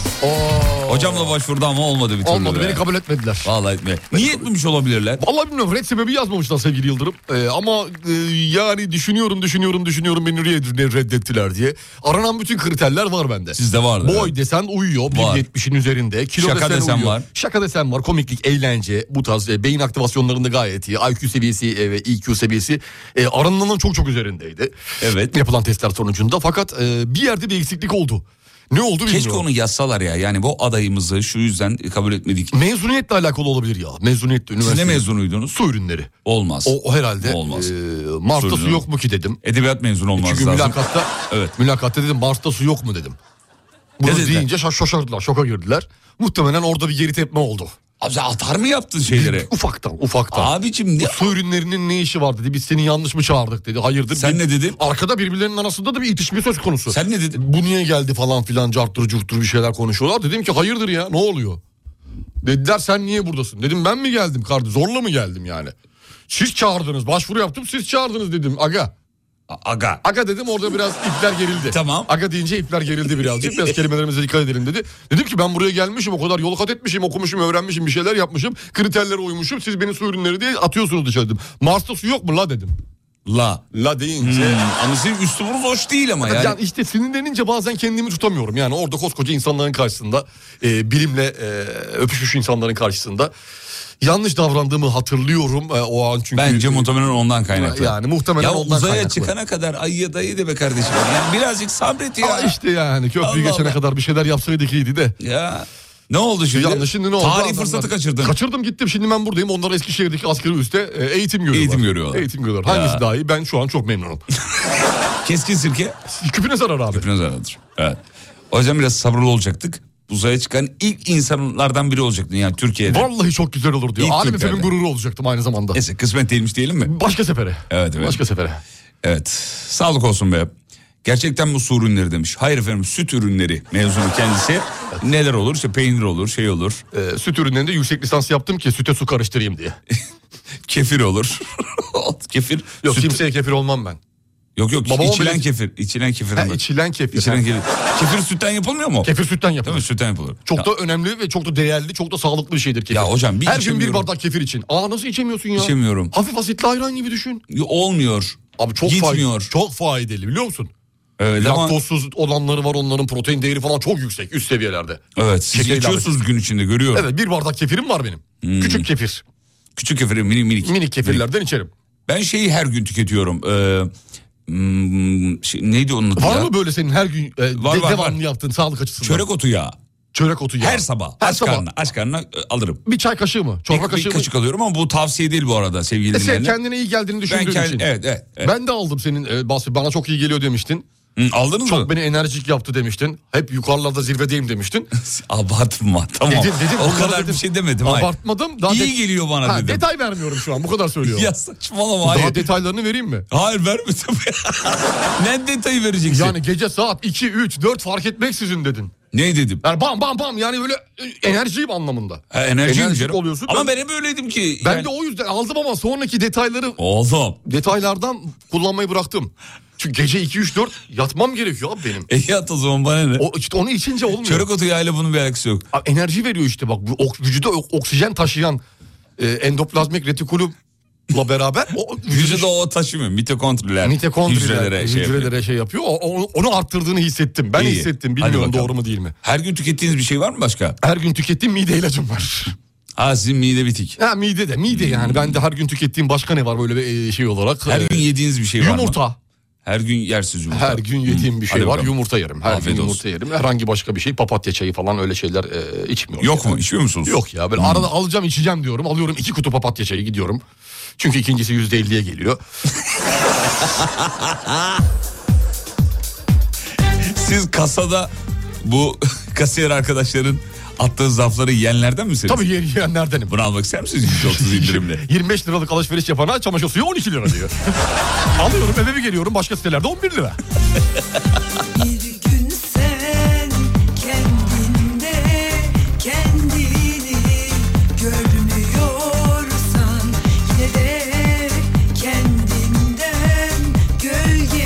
C: Hocamla başvurdu ama olmadı bir türlü.
D: Olmadı
C: be.
D: beni kabul etmediler.
C: Vallahi etme. Niye etmemiş olabilirler?
D: Vallahi bilmiyorum red sebebi yazmamışlar sevgili Yıldırım. Ee, ama e, yani düşünüyorum düşünüyorum düşünüyorum beni red- reddettiler diye. Aranan bütün kriterler var bende.
C: Sizde vardı.
D: Boy desen uyuyor.
C: Var.
D: 1.70'in üzerinde. Kilo
C: Şaka
D: desen,
C: desen
D: uyuyor.
C: var.
D: Şaka desen var. Komiklik, eğlence bu tarz e, beyin aktivasyonlarında gayet iyi. IQ seviyesi e, ve EQ seviyesi e, aranılanın çok çok üzerindeydi.
C: Evet.
D: Yapılan testler sonucunda. Fakat e, bir yerde bir eksiklik oldu. Ne oldu bilmiyorum.
C: Keşke onu yazsalar ya. Yani bu adayımızı şu yüzden kabul etmedik.
D: Mezuniyetle alakalı olabilir ya. Mezuniyetle
C: Siz
D: üniversite.
C: ne mezunuydunuz?
D: Su ürünleri.
C: Olmaz.
D: O, o herhalde
C: Olmaz.
D: e, Mart'ta su
C: Sorun
D: yok mu ki dedim.
C: Edebiyat mezunu olmaz
D: Çünkü
C: lazım.
D: mülakatta
C: Evet.
D: mülakatta dedim Mart'ta su yok mu dedim. Bunu
C: Ne dediler?
D: deyince şa- şaşırdılar, şoka girdiler. Muhtemelen orada bir geri tepme oldu.
C: Abi sen atar mı yaptın şeyleri?
D: Ufaktan, ufaktan.
C: Abicim ne?
D: Bu su ürünlerinin ne işi var dedi. Biz seni yanlış mı çağırdık dedi. Hayırdır?
C: Sen
D: Bir-
C: ne dedin?
D: Arkada birbirlerinin arasında da bir itişme söz konusu.
C: Sen ne dedin?
D: Bu niye geldi falan filan carttır curttur bir şeyler konuşuyorlar. Dedim ki hayırdır ya ne oluyor? Dediler sen niye buradasın? Dedim ben mi geldim kardeşim zorla mı geldim yani? Siz çağırdınız başvuru yaptım siz çağırdınız dedim aga.
C: Aga.
D: Aga dedim orada biraz ipler gerildi.
C: Tamam.
D: Aga deyince ipler gerildi birazcık. Biraz kelimelerimize dikkat edelim dedi. Dedim ki ben buraya gelmişim o kadar yol kat etmişim okumuşum öğrenmişim bir şeyler yapmışım. Kriterlere uymuşum siz beni su ürünleri diye atıyorsunuz dışarı dedim. Mars'ta su yok mu la dedim.
C: La.
D: La deyince.
C: Hmm. Anısın üstü buruz hoş değil ama yani.
D: Yani işte sinirlenince bazen kendimi tutamıyorum. Yani orada koskoca insanların karşısında e, bilimle e, öpüşmüş insanların karşısında yanlış davrandığımı hatırlıyorum e, o an çünkü.
C: Bence muhtemelen ondan kaynaklı.
D: Yani muhtemelen
C: ya
D: ondan
C: uzaya
D: kaynaklı.
C: çıkana kadar ayıya dayı deme kardeşim. Yani birazcık sabret ya.
D: Ama işte yani köprüyü
C: Allah
D: geçene
C: Allah.
D: kadar bir şeyler yapsaydık iyiydi de.
C: Ya. Ne oldu şimdi?
D: Yanlış şimdi ne oldu?
C: Tarihi
D: Adamlar-
C: fırsatı kaçırdın.
D: Kaçırdım gittim şimdi ben buradayım. Onlar Eskişehir'deki askeri üste e, eğitim görüyorlar.
C: Eğitim görüyorlar.
D: Eğitim görüyorlar. Hangisi
C: Ya.
D: daha iyi? Ben şu an çok memnunum.
C: Keskin sirke.
D: Küpüne zarar abi.
C: Biraz aradır. Evet. O yüzden biraz sabırlı olacaktık. Uzaya çıkan ilk insanlardan biri olacaktın yani Türkiye'de.
D: Vallahi çok güzel olur diyor.
C: İlk
D: Alem
C: Türklerden.
D: Efem'in gururu olacaktım aynı zamanda.
C: Neyse kısmet değilmiş diyelim mi?
D: Başka sefere.
C: Evet, evet.
D: Başka sefere.
C: Evet. Sağlık olsun be. Gerçekten bu su ürünleri demiş. Hayır efendim süt ürünleri mezunu kendisi. Neler olur? İşte peynir olur, şey olur,
D: Ee, süt ürünlerinde yüksek lisans yaptım ki süte su karıştırayım diye.
C: kefir olur. kefir.
D: Yok
C: süt-
D: kimseye kefir olmam ben.
C: Yok yok
D: Babama
C: içilen
D: bile-
C: kefir. İçilen kefir.
D: Ha, içilen kefir.
C: İçilen
D: Ha.
C: kefir. Kefir sütten yapılmıyor mu?
D: Kefir sütten
C: Değil mi?
D: yapılır.
C: Sütten yapılır.
D: Çok
C: Ya,
D: da önemli ve çok da değerli, çok da sağlıklı bir şeydir kefir.
C: Ya hocam bir
D: Her gün bir
C: içemiyorum.
D: bardak kefir için. Aa nasıl içemiyorsun ya?
C: İçemiyorum.
D: Hafif asitli ayran gibi düşün.
C: Olmuyor.
D: Abi çok
C: Gitmiyor.
D: faydalı. Çok faydalı biliyor musun?
C: Evet, ama-
D: Laktozsuz olanları var onların protein değeri falan çok yüksek üst seviyelerde.
C: Evet siz
D: Şeker
C: geçiyorsunuz gün içinde görüyorum.
D: Evet bir bardak kefirim var benim.
C: Hmm.
D: Küçük kefir.
C: Küçük kefiri mini minik.
D: Minik kefirlerden içerim.
C: Ben şeyi her gün tüketiyorum. Ee, hmm, şey, neydi onun adı
D: Var
C: ya?
D: mı böyle senin her gün e,
C: Var,
D: de-
C: var,
D: devamlı
C: var.
D: yaptığın sağlık açısından?
C: Çörek otu yağı.
D: Çörek otu ya.
C: Her sabah.
D: Her
C: aç
D: sabah.
C: karnına. Aç karnına e, alırım.
D: Bir çay kaşığı mı? Çorba
C: bir,
D: kaşığı
C: bir
D: mı?
C: kaşık alıyorum ama bu tavsiye değil bu arada sevgili
D: E, Sen
C: dinleyenler.
D: kendine iyi geldiğini
C: Ben
D: düşündüğün
C: kendim,
D: için.
C: evet evet. evet.
D: Ben de aldım senin e, bahsi. Bana çok iyi geliyor demiştin.
C: Hı, aldınız mı?
D: Çok beni enerjik yaptı demiştin. Hep yukarılarda zirvedeyim demiştin.
C: Abartma tamam.
D: Dedim, dedim,
C: o
D: bunları
C: kadar
D: dedim.
C: bir şey demedim. hayır.
D: Abartmadım. Daha
C: İyi
D: det-
C: geliyor bana
D: Ha,
C: dedim.
D: Detay vermiyorum şu an. Bu kadar söylüyorum.
C: Ya saçmalama
D: Daha
C: hayır.
D: detaylarını vereyim mi?
C: hayır verme tabii. ne detayı vereceksin?
D: Yani gece saat 2, 3, 4 fark etmeksizin dedin.
C: ne dedim?
D: Yani bam bam bam yani öyle e, enerjiyim anlamında.
C: Ha, enerjiyim
D: Enerjik
C: canım.
D: oluyorsun.
C: Ama
D: Ben-
C: ben hep öyleydim ki.
D: Ben
C: E, yani-
D: de o yüzden aldım ama sonraki detayları
C: Oğlum.
D: detaylardan kullanmayı bıraktım. Çünkü gece 2, 3, 4 yatmam gerekiyor abi benim.
C: E yat o zaman bana ne?
D: O, işte onu içince olmuyor.
C: Çörek otu yağıyla bunun bir alakası yok.
D: Abi enerji veriyor işte bak bu ok- vücuda ok- oksijen taşıyan e, endoplazmik retikulumla beraber o
C: Vücuda o taşımıyor. Mitokondriler.
D: mitokondriler hücrelere,
C: Hücrelere şey yapıyor.
D: şey yapıyor. O- onu, onu arttırdığını hissettim. Ben
C: İyi.
D: hissettim.
C: Hadi
D: Bilmiyorum
C: bakalım.
D: doğru mu değil mi?
C: Her gün tükettiğiniz bir şey var mı başka?
D: Her gün tükettiğim mide ilacım var.
C: Ha sizin mide bitik.
D: ha mide de mide yani. Ben de her gün tükettiğim başka ne var böyle bir e, şey olarak?
C: Hmm. Her
D: E,
C: gün yediğiniz bir şey var mı?
D: yumurta.
C: Her gün yersiz yumurta.
D: Her gün yediğim bir şey
C: Hadi
D: var.
C: bakalım.
D: Yumurta yerim. Her gün
C: Afiyet
D: yumurta
C: olsun.
D: yerim. Herhangi başka bir şey. Papatya çayı falan öyle şeyler e, içmiyorum.
C: Yok mu? İçiyor musunuz?
D: Yok ya
C: Hmm.
D: böyle arada alacağım içeceğim diyorum. Alıyorum iki kutu papatya çayı gidiyorum. Çünkü ikincisi yüzde elliye geliyor.
C: Siz kasada bu kasiyer arkadaşların attığı zarfları yiyenlerden misiniz?
D: Tabii yer yiyenlerdenim.
C: Bunu almak ister misiniz %30 indirimle?
D: 25 liralık alışveriş yapana çamaşır suyu 12 lira diyor. Alıyorum eve bir geliyorum başka sitelerde 11 lira.
G: Bir gün sen kendinde kendini görmüyorsan yine de kendinden gölge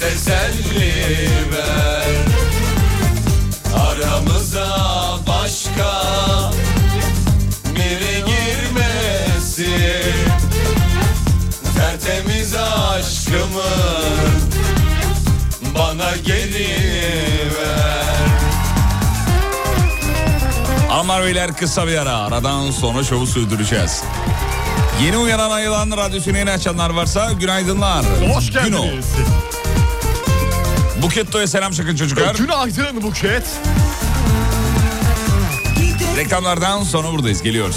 H: beni ver Aramıza başka biri girmesin Tertemiz aşkımı bana geri ver
C: Hanımlar beyler kısa bir ara. Aradan sonra şovu sürdüreceğiz. Yeni uyanan ayılan radyosunu yeni açanlar varsa günaydınlar.
D: Hoş
C: Güno.
D: geldiniz.
C: Buketto'ya selam çakın çocuklar.
D: Günaydın Buket.
C: Reklamlardan sonra buradayız geliyoruz.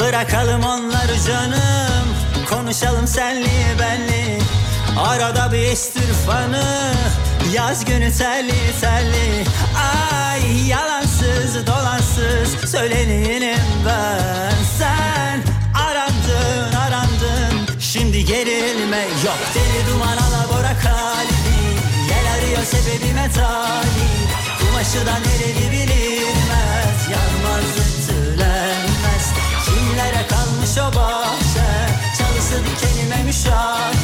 I: Bırakalım onları canım Konuşalım senli benli Arada bir istirfanı Yaz günü telli telli Ay yalansız dolansız Söyleneyim ben Sen arandın arandın Şimdi gerilme yok Deli duman alabora kalbi Yel arıyor sebebime talip Kumaşı da nereli bilinmez Yanmaz ütülenmez Kimlere kalmış o bahçe Çalısı dikenime müşahit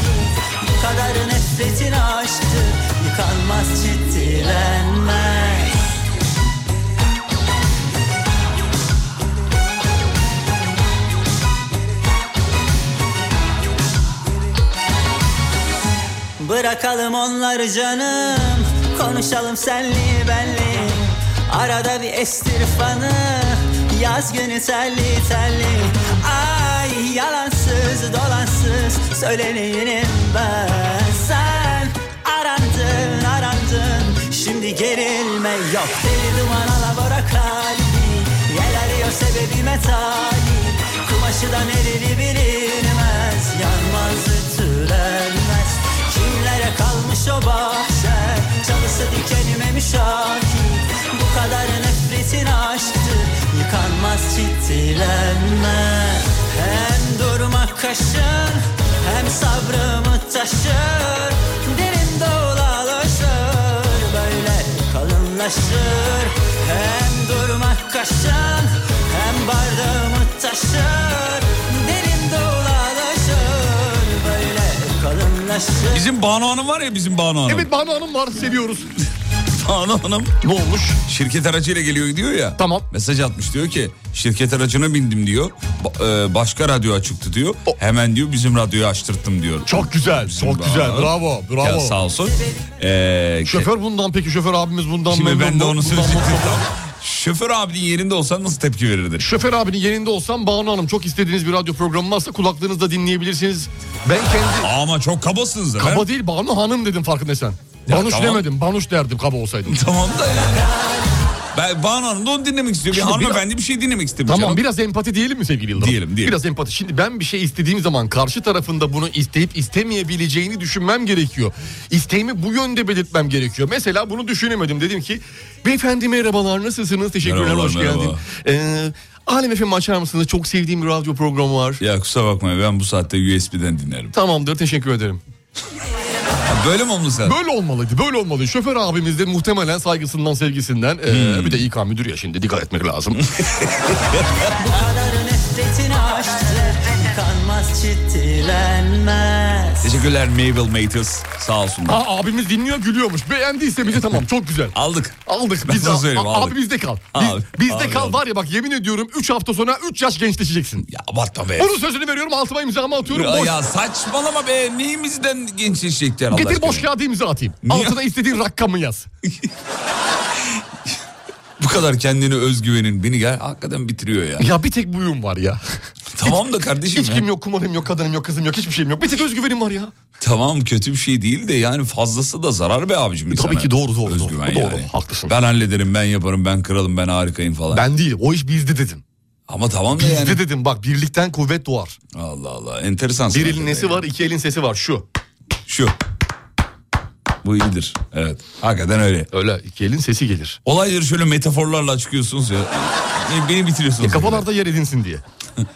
I: Bu kadar nefretin aşktı Yıkanmaz çitilenmez Bırakalım onları canım Konuşalım senli benli Arada bir estirfanı Yaz günü telli telli Ay yalansız dolansız Söyleneyim ben Sen arandın arandın Şimdi gerilme yok Deli duman alabora kalbi Yel arıyor sebebime talip Kumaşı da nereli bilinmez Yanmaz ütülenmez Kimlere kalmış o bahçe Çalısı dikenime müşahit Bu kadar nefretin aşktı Yıkanmaz çitilenme Hem durmak kaşın Hem sabrımı taşır Derin dolalaşır Böyle kalınlaşır Hem durmak kaşın Hem bardağımı taşır Derin dolalaşır Böyle kalınlaşır
C: Bizim Banu Hanım var ya bizim Banu Hanım.
D: Evet Banu Hanım var seviyoruz.
C: Banu Hanım
D: Ne olmuş?
C: şirket aracıyla geliyor diyor ya.
D: Tamam.
C: Mesaj atmış diyor ki şirket aracına bindim diyor. Ba- e, başka radyo açıktı diyor.
D: O-
C: Hemen diyor bizim radyoyu açtırttım diyor.
D: Çok güzel. Çok güzel. Bravo. Bravo.
C: Ya sağ olsun. Ee,
D: Şoför bundan peki şoför abimiz bundan
C: Şimdi
D: memnun
C: ben
D: mu?
C: de onu
D: Bundan
C: söyleyecektim.
D: mutlu mu?
C: Şoför abinin yerinde olsan nasıl tepki verirdi?
D: Şoför abinin yerinde olsam Banu Hanım çok istediğiniz bir radyo programı varsa kulaklarınızda dinleyebilirsiniz. Ben kendi
C: Ama çok kabasınız efendim.
D: kaba değil Banu Hanım dedim farkındaysan. Banuş
C: tamam.
D: demedim. Banuş derdim kaba olsaydım.
C: Tamam da yani. Ben Banu Hanım da onu dinlemek istiyor. Bir
D: Şimdi
C: hanımefendi bir şey dinlemek istemiş.
D: Tamam
C: canım.
D: biraz empati diyelim mi sevgili Yıldırım?
C: Diyelim, diyelim.
D: Biraz empati. Şimdi ben bir şey istediğim zaman karşı tarafında bunu isteyip istemeyebileceğini düşünmem gerekiyor. İsteğimi bu yönde belirtmem gerekiyor. Mesela bunu düşünemedim. Dedim ki beyefendi merhabalar nasılsınız? Teşekkürler
C: Merhabalar,
D: hoş
C: merhaba.
D: geldin. Ee, Alem FM açar mısınız? Çok sevdiğim bir radyo programı var.
C: Ya kusura bakma ben bu saatte USB'den dinlerim.
D: Tamamdır teşekkür ederim.
C: Ha, böyle mi oldu sen?
D: Böyle olmalıydı böyle olmalıydı. Şoför abimiz de muhtemelen saygısından sevgisinden ee,
C: Hmm.
D: bir de İK müdür ya şimdi dikkat etmek lazım.
I: kadar nefretin aşktı Yıkanmaz çitilenmez
C: Teşekkürler Mabel Matus. Sağ olsun.
D: Aa, abimiz dinliyor gülüyormuş. Beğendiyse bizi tamam çok güzel.
C: Aldık.
D: Aldık.
C: Ben
D: Biz de,
C: sana söyleyeyim,
D: a-
C: aldık.
D: Abi bizde kal. Biz,
C: Abi,
D: bizde
C: abi,
D: kal
C: aldık.
D: var ya bak yemin ediyorum 3 hafta sonra 3 yaş gençleşeceksin.
C: Ya abartma be.
D: Onun sözünü veriyorum altıma imzamı atıyorum.
C: Ya,
D: boş,
C: ya saçmalama be. Neyimizden gençleşecekler Allah
D: getir
C: aşkına?
D: boş kağıdı imza atayım.
C: Niye?
D: Altına istediğin rakamı yaz.
C: Bu kadar kendini özgüvenin beni gel hakikaten bitiriyor ya.
D: Ya bir tek buyum var ya.
C: Tamam da kardeşim
D: Hiç
C: ya.
D: kim yok, kumarım yok, kadınım yok, kızım yok, hiçbir şeyim yok. Bir tek özgüvenim var ya.
C: Tamam kötü bir şey değil de yani fazlası da zarar be abicim.
D: E tabii ki doğru, doğru,
C: Özgüven
D: doğru. Doğru,
C: yani.
D: haklısın.
C: Ben hallederim ben yaparım ben kralım ben harikayım falan.
D: Ben değil, o iş bizde dedim.
C: Ama tamam da
D: Bizde
C: yani.
D: dedim bak birlikten kuvvet doğar.
C: Allah Allah enteresan.
D: Bir
C: sanat
D: elin nesi
C: yani.
D: var, iki elin sesi var şu.
C: Şu. Bu iyidir. Evet. Hakikaten öyle.
D: Öyle iki elin sesi gelir.
C: Olayları şöyle metaforlarla açıklıyorsunuz ya. Beni- Beni bitiriyorsunuz.
D: E, kafalarda yer edinsin diye.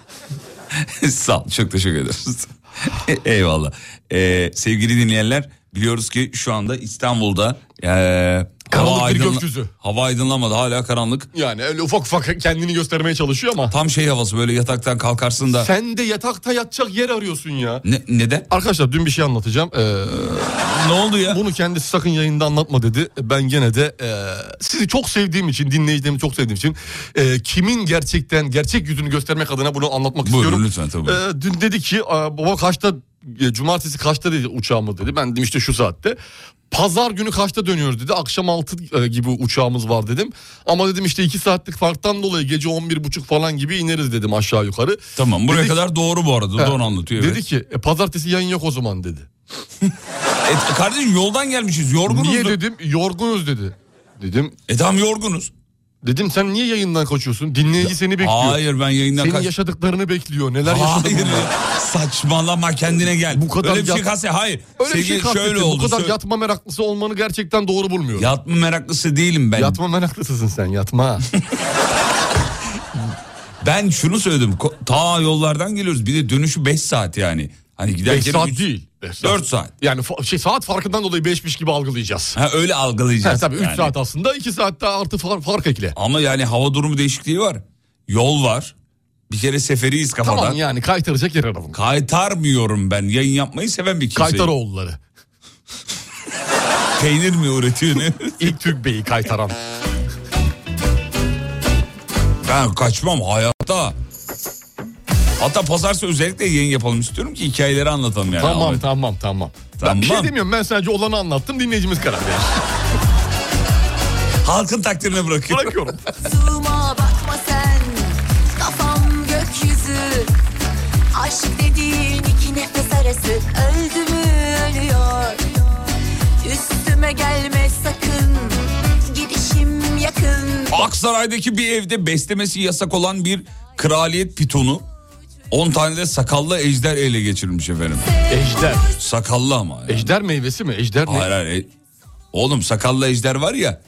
C: Sağ ol, çok teşekkür ederiz. Eyvallah. Ee, sevgili dinleyenler biliyoruz ki şu anda İstanbul'da ee,
D: Karanlık bir gökyüzü.
C: hava aydınlanmadı hala karanlık.
D: Yani öyle ufak ufak kendini göstermeye çalışıyor ama.
C: Tam şey havası böyle yataktan kalkarsın da.
D: Sen de yatakta yatacak yer arıyorsun ya.
C: Ne, neden?
D: Arkadaşlar dün bir şey anlatacağım. Ee,
C: Ne oldu ya?
D: bunu kendisi sakın yayında anlatma dedi. Ben gene de ee, sizi çok sevdiğim için, dinleyicilerimi çok sevdiğim için ee, kimin gerçekten gerçek yüzünü göstermek adına bunu anlatmak istiyorum.
C: Buyurun lütfen tabii.
D: Ee, dün dedi ki "Aa, baba kaçta e, cumartesi kaçta dedi uçağımız dedi. Ben dedim işte şu saatte. Pazar günü kaçta dönüyoruz dedi. Akşam 6 e, gibi uçağımız var dedim. Ama dedim işte 2 saatlik farktan dolayı gece 11.30 falan gibi ineriz dedim aşağı yukarı.
C: tamam buraya
D: Dedi-
C: kadar doğru bu arada.
D: Ha,
C: Doğru anlatıyor.
D: Dedi
C: evet.
D: ki "E, pazartesi yayın yok o zaman dedi.
C: E, kardeşim yoldan gelmişiz yorgunuz.
D: Niye dedim? Yorgunuz dedi. Dedim
C: E tamam yorgunuz.
D: dedim sen niye yayından kaçıyorsun? Dinleyici seni bekliyor.
C: Hayır ben yayından
D: Senin
C: kaç-
D: yaşadıklarını bekliyor. Neler yaşadın?
C: Hayır.
D: bunlar?
C: Saçmalama kendine gel.
D: Bu kadar
C: Öyle bir şey
D: yat-
C: kast- Hayır.
D: Öyle bir şey
C: Sevgili- şöyle
D: kastettim. Bu
C: oldu.
D: kadar
C: şöyle-
D: yatma meraklısı olmanı gerçekten doğru bulmuyorum.
C: Yatma meraklısı değilim ben.
D: Yatma meraklısısın sen yatma.
C: Ben şunu söyledim. ko- Ta yollardan geliyoruz. Bir de dönüşü 5 saat yani. Hani giderken
D: 5 saat
C: üç-
D: değil.
C: Dört saat.
D: Yani fa- şey, saat farkından dolayı 5'miş gibi algılayacağız.
C: Ha, öyle
D: Ha,
C: algılayacağız.
D: tabii 3
C: yani.
D: saat aslında 2 saat daha artı far- fark ekle.
C: Ama yani hava durumu değişikliği var. Yol var. Bir kere seferiyiz kafadan.
D: Tamam yani kaytaracak yer
C: Şey-
D: aralım.
C: Kaytarmıyorum ben. Yayın yapmayı seven bir kimseyim.
D: Kaytaroğulları.
C: Peynir mi üretiyor ne?
D: İlk Türk beyi kaytaran.
C: ben kaçmam hayatta. Hatta pazarsa özellikle yayın yapalım istiyorum ki hikayeleri anlatalım yani.
D: tamam
C: Ama-
D: tamam tamam. Ben bir şey
C: Tamam.
D: demiyorum ben sadece olanı anlattım dinleyicimiz karar verir.
C: Halkın takdirine bırakıyorum.
D: Bırakıyorum.
G: Sığıma bakma sen Kafam gökyüzü Aşk dediğin iki nefes arası Öldü mü ölüyor Üstüme gelme sakın Gidişim yakın
C: Aksaray'daki bir evde beslemesi yasak olan bir kraliyet pitonu 10 tane de sakallı ejder ele geçirilmiş efendim.
D: Ejder.
C: Sakallı ama. Yani.
D: Ejder meyvesi mi? Ejder ne?
C: Hayır hayır. e- Oğlum sakallı ejder var ya.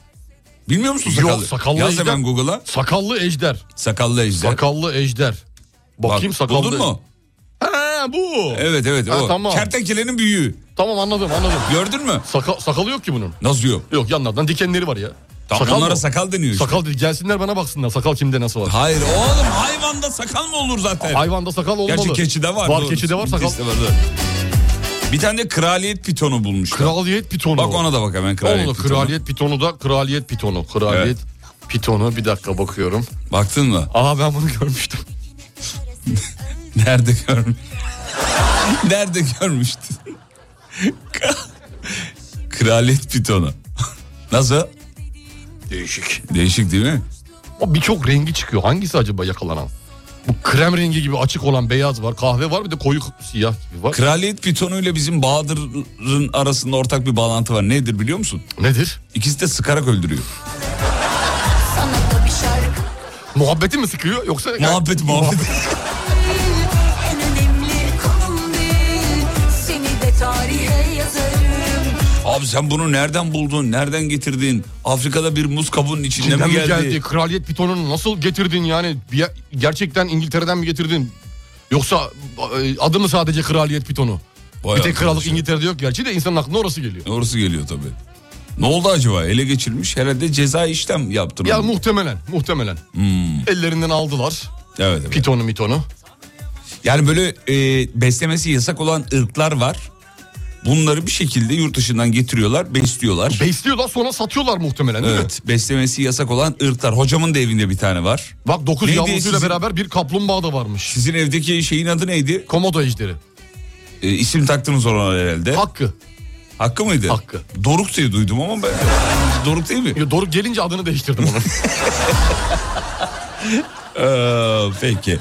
C: Bilmiyor musun sakallı?
D: Yok, sakallı
C: Yaz
D: ejder-
C: hemen Google'a.
D: Sakallı ejder.
C: Sakallı ejder.
D: Sakallı ejder.
C: Bak,
D: Bakayım sakallı.
C: Buldun mu?
D: Ha bu.
C: Evet evet
D: Ha,
C: o.
D: tamam.
C: Kertenkelenin büyüğü.
D: Tamam anladım anladım.
C: Gördün mü?
D: Saka- sakalı yok ki bunun.
C: Nasıl yok?
D: Yok yanlardan dikenleri var ya.
C: Tamam, onlara
D: mı?
C: sakal deniyor işte.
D: Sakal değil gelsinler bana baksınlar sakal kimde nasıl var.
C: Hayır oğlum hayvanda sakal mı olur zaten?
D: Hayvanda sakal olmalı.
C: Gerçi keçi de var.
D: Var
C: doğru.
D: keçi de var sakal.
C: Keçi de var, doğru. Bir tane de kraliyet pitonu bulmuşlar.
D: Kraliyet pitonu.
C: Bak ona da bak hemen kraliyet
D: Oğlum,
C: pitonu.
D: kraliyet pitonu da kraliyet pitonu. Kraliyet pitonu bir dakika bakıyorum.
C: Baktın mı?
D: Aa ben bunu görmüştüm.
C: Nerede görmüş? Nerede görmüştün? kraliyet pitonu. Nasıl?
D: Değişik.
C: Değişik değil mi?
D: O birçok rengi çıkıyor. Hangisi acaba yakalanan? Bu krem rengi gibi açık olan beyaz var. Kahve var bir de koyu siyah gibi var.
C: Kraliyet pitonu ile bizim Bahadır'ın arasında ortak bir bağlantı var. Nedir biliyor musun?
D: Nedir?
C: İkisi de sıkarak öldürüyor.
D: Muhabbeti mi sıkıyor yoksa?
C: Muhabbet muhabbet.
G: En önemli konum değil Seni de tarihe yazarım
C: Abi sen bunu nereden buldun? Nereden getirdin? Afrika'da bir muz kabuğunun içinde
D: Çin'den
C: mi
D: mi
C: geldi?
D: geldi? Kraliyet pitonunu nasıl getirdin yani? Bir yer- gerçekten İngiltere'den mi getirdin? Yoksa e, adı mı sadece kraliyet pitonu?
C: Vay
D: bir tek
C: arkadaş
D: krallık
C: ya.
D: İngiltere'de yok gerçi de insanın aklına orası geliyor.
C: Orası geliyor tabii. Ne oldu acaba? Ele geçirmiş herhalde ceza işlem yaptırıldı.
D: Ya muhtemelen, muhtemelen.
C: Hmm.
D: Ellerinden aldılar
C: evet, evet.
D: pitonu mitonu.
C: Yani böyle e, beslemesi yasak olan ırklar var. Bunları bir şekilde yurt dışından getiriyorlar, besliyorlar.
D: Besliyorlar sonra satıyorlar muhtemelen değil mi?
C: evet, beslemesi yasak olan ırklar. Hocamın da evinde bir tane var.
D: Bak dokuz
C: Neydi
D: yavrusuyla
C: sizin-
D: beraber bir kaplumbağa da varmış.
C: Sizin evdeki şeyin adı neydi?
D: Komodo ejderi.
C: E, isim taktınız ona herhalde.
D: Hakkı.
C: Hakkı mıydı?
D: Hakkı.
C: Doruk diye duydum ama ben... Doruk değil mi?
D: Ya Doruk gelince adını değiştirdim onun.
C: Ee, peki.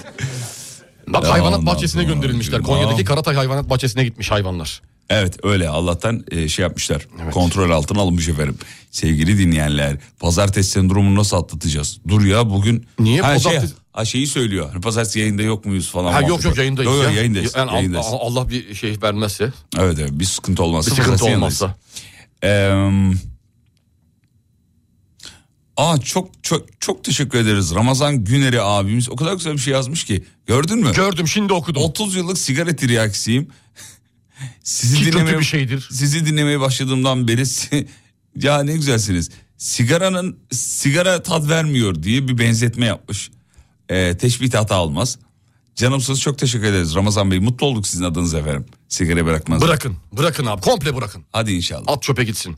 D: Bak
C: Ya
D: hayvanat
C: ondan
D: bahçesine
C: sonra
D: gönderilmişler.
C: acaba-
D: Konya'daki Karatay hayvanat bahçesine gitmiş hayvanlar.
C: Evet öyle Allah'tan e, şey yapmışlar. Kontrol altına alınmış efendim. Sevgili dinleyenler pazartesi sendromunu nasıl atlatacağız? Dur ya bugün.
D: Niye
C: ha,
D: pazartesi-
C: Şey, ha, şeyi söylüyor. Hani Pazartesi yayında yok muyuz falan.
D: ha yok
C: muhabbeti.
D: yok yayındayız.
C: Yok yok
D: ya.
C: yayındayız.
D: Yani Allah-
C: yayındayız.
D: Allah, bir şey vermezse,
C: Evet evet bir sıkıntı olmazsa.
D: bir sıkıntı
C: pazartesi
D: olmazsa.
C: yayındayız. Em, Aa çok çok çok teşekkür ederiz. Ramazan Güneri abimiz o kadar güzel bir şey yazmış ki. Gördün mü?
D: Gördüm şimdi okudum.
C: 30 yıllık sigara tiryakisiyim. Sizi
D: Ki kötü
C: dinlemeye-
D: bir şeydir.
C: sizi dinlemeye başladığımdan beri si- ya ne güzelsiniz. Sigaranın sigara tat vermiyor diye bir benzetme yapmış. Ee, teşbih de hata almaz. Canımsız çok teşekkür ederiz Ramazan Bey. Mutlu olduk sizin adınız efendim. Sigara bırakmanız.
D: Bırakın. Bırakın abi. Komple bırakın.
C: Hadi inşallah.
D: At çöpe gitsin.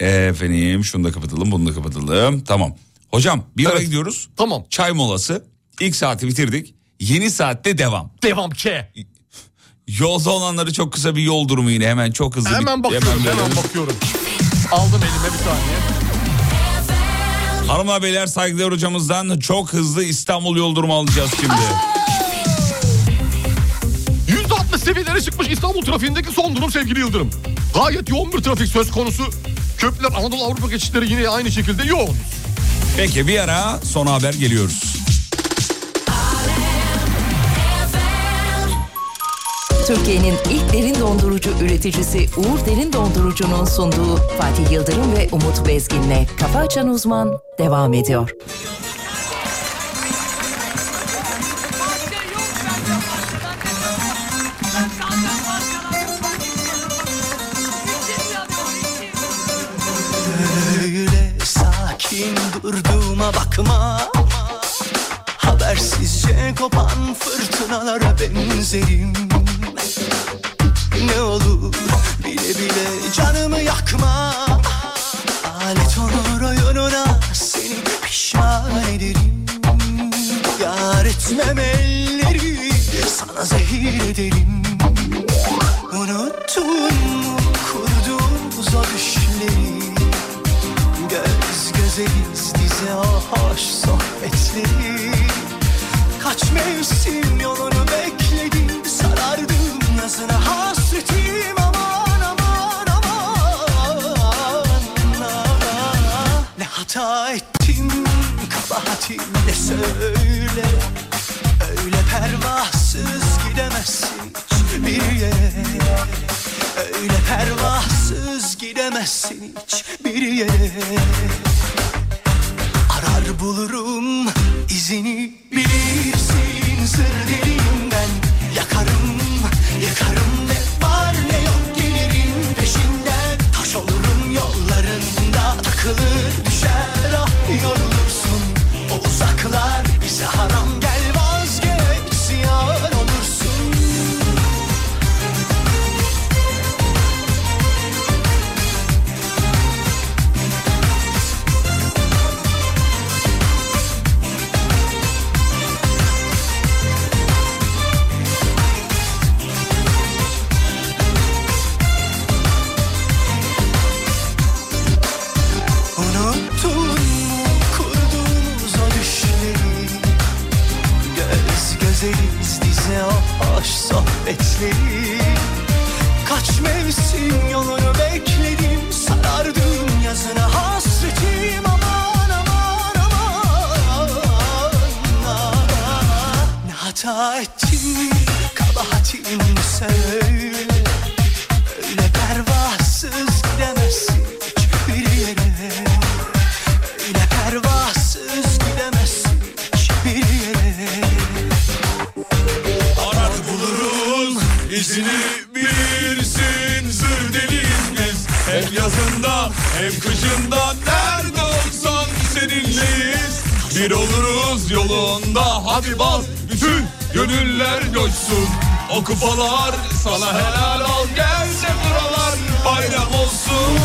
C: Efendim şunu da kapatalım bunu da kapatalım. Tamam. Hocam bir ara
D: Evet.
C: gidiyoruz.
D: Tamam.
C: Çay molası. İlk saati bitirdik. Yeni saatte devam.
D: Devam ke.
C: Yolda olanları çok kısa bir yol durumu yine hemen çok hızlı. bir-
D: Hemen bakıyorum.
C: bir-
D: Hemen, bakıyorum. Aldım elime bir saniye.
C: Hanımlar beyler saygılar hocamızdan çok hızlı İstanbul yol durumu alacağız şimdi.
D: %60 seviyelere çıkmış İstanbul trafiğindeki son durum sevgili Yıldırım. Gayet yoğun bir trafik söz konusu. Köprüler Anadolu Avrupa geçişleri yine aynı şekilde yoğun.
C: Peki bir ara son haber geliyoruz.
A: Türkiye'nin ilk derin dondurucu üreticisi Uğur Derin Dondurucu'nun sunduğu Fatih Yıldırım ve Umut Bezgin'le Kafa Açan Uzman devam ediyor.
J: Öyle sakin durduğuma bakma Habersizce kopan fırtınalara benzerim Ne olur bile bile canımı yakma Alet olur oyununa seni pişman ederim Yar etmem elleri sana zehir ederim Unuttun mu kurduğumuz o düşleri Göz göze biz dize o hoş sohbetleri Kaç mevsim yolunu bekledim Sarardım nazına hasretim aman aman aman aman. Ne hata ettim kabahatim ne söyle Öyle pervasız gidemezsin hiçbir yere Öyle pervasız gidemezsin hiçbir yere Arar bulurum izini bilirsin sır deliyim ben Yakarım yakarım ne var ne yok gelirim peşinden Taş olurum yollarında takılır düşer ah yorulursun O uzaklar bize haram gel vazgeç ziyan olursun Unuttun mu kurduğumuz o düşleri Göz gözeliz dize o hoş sohbetleri Kaç mevsim yolunu bekledim Sarardım yazına hasretim aman aman aman aman. Ne hata ettim kabahatim söyle Öyle pervasız gidemezsin hiçbir yere Öyle pervasız gidemezsin hiçbir yere
H: Buluruz izini bilirsin zır deliyimiz Hem yazında hem kışında nerede olsan seninleyiz Bir oluruz yolunda hadi bas bütün gönüller coşsun O kupalar sana helal ol gelse buralar bayram olsun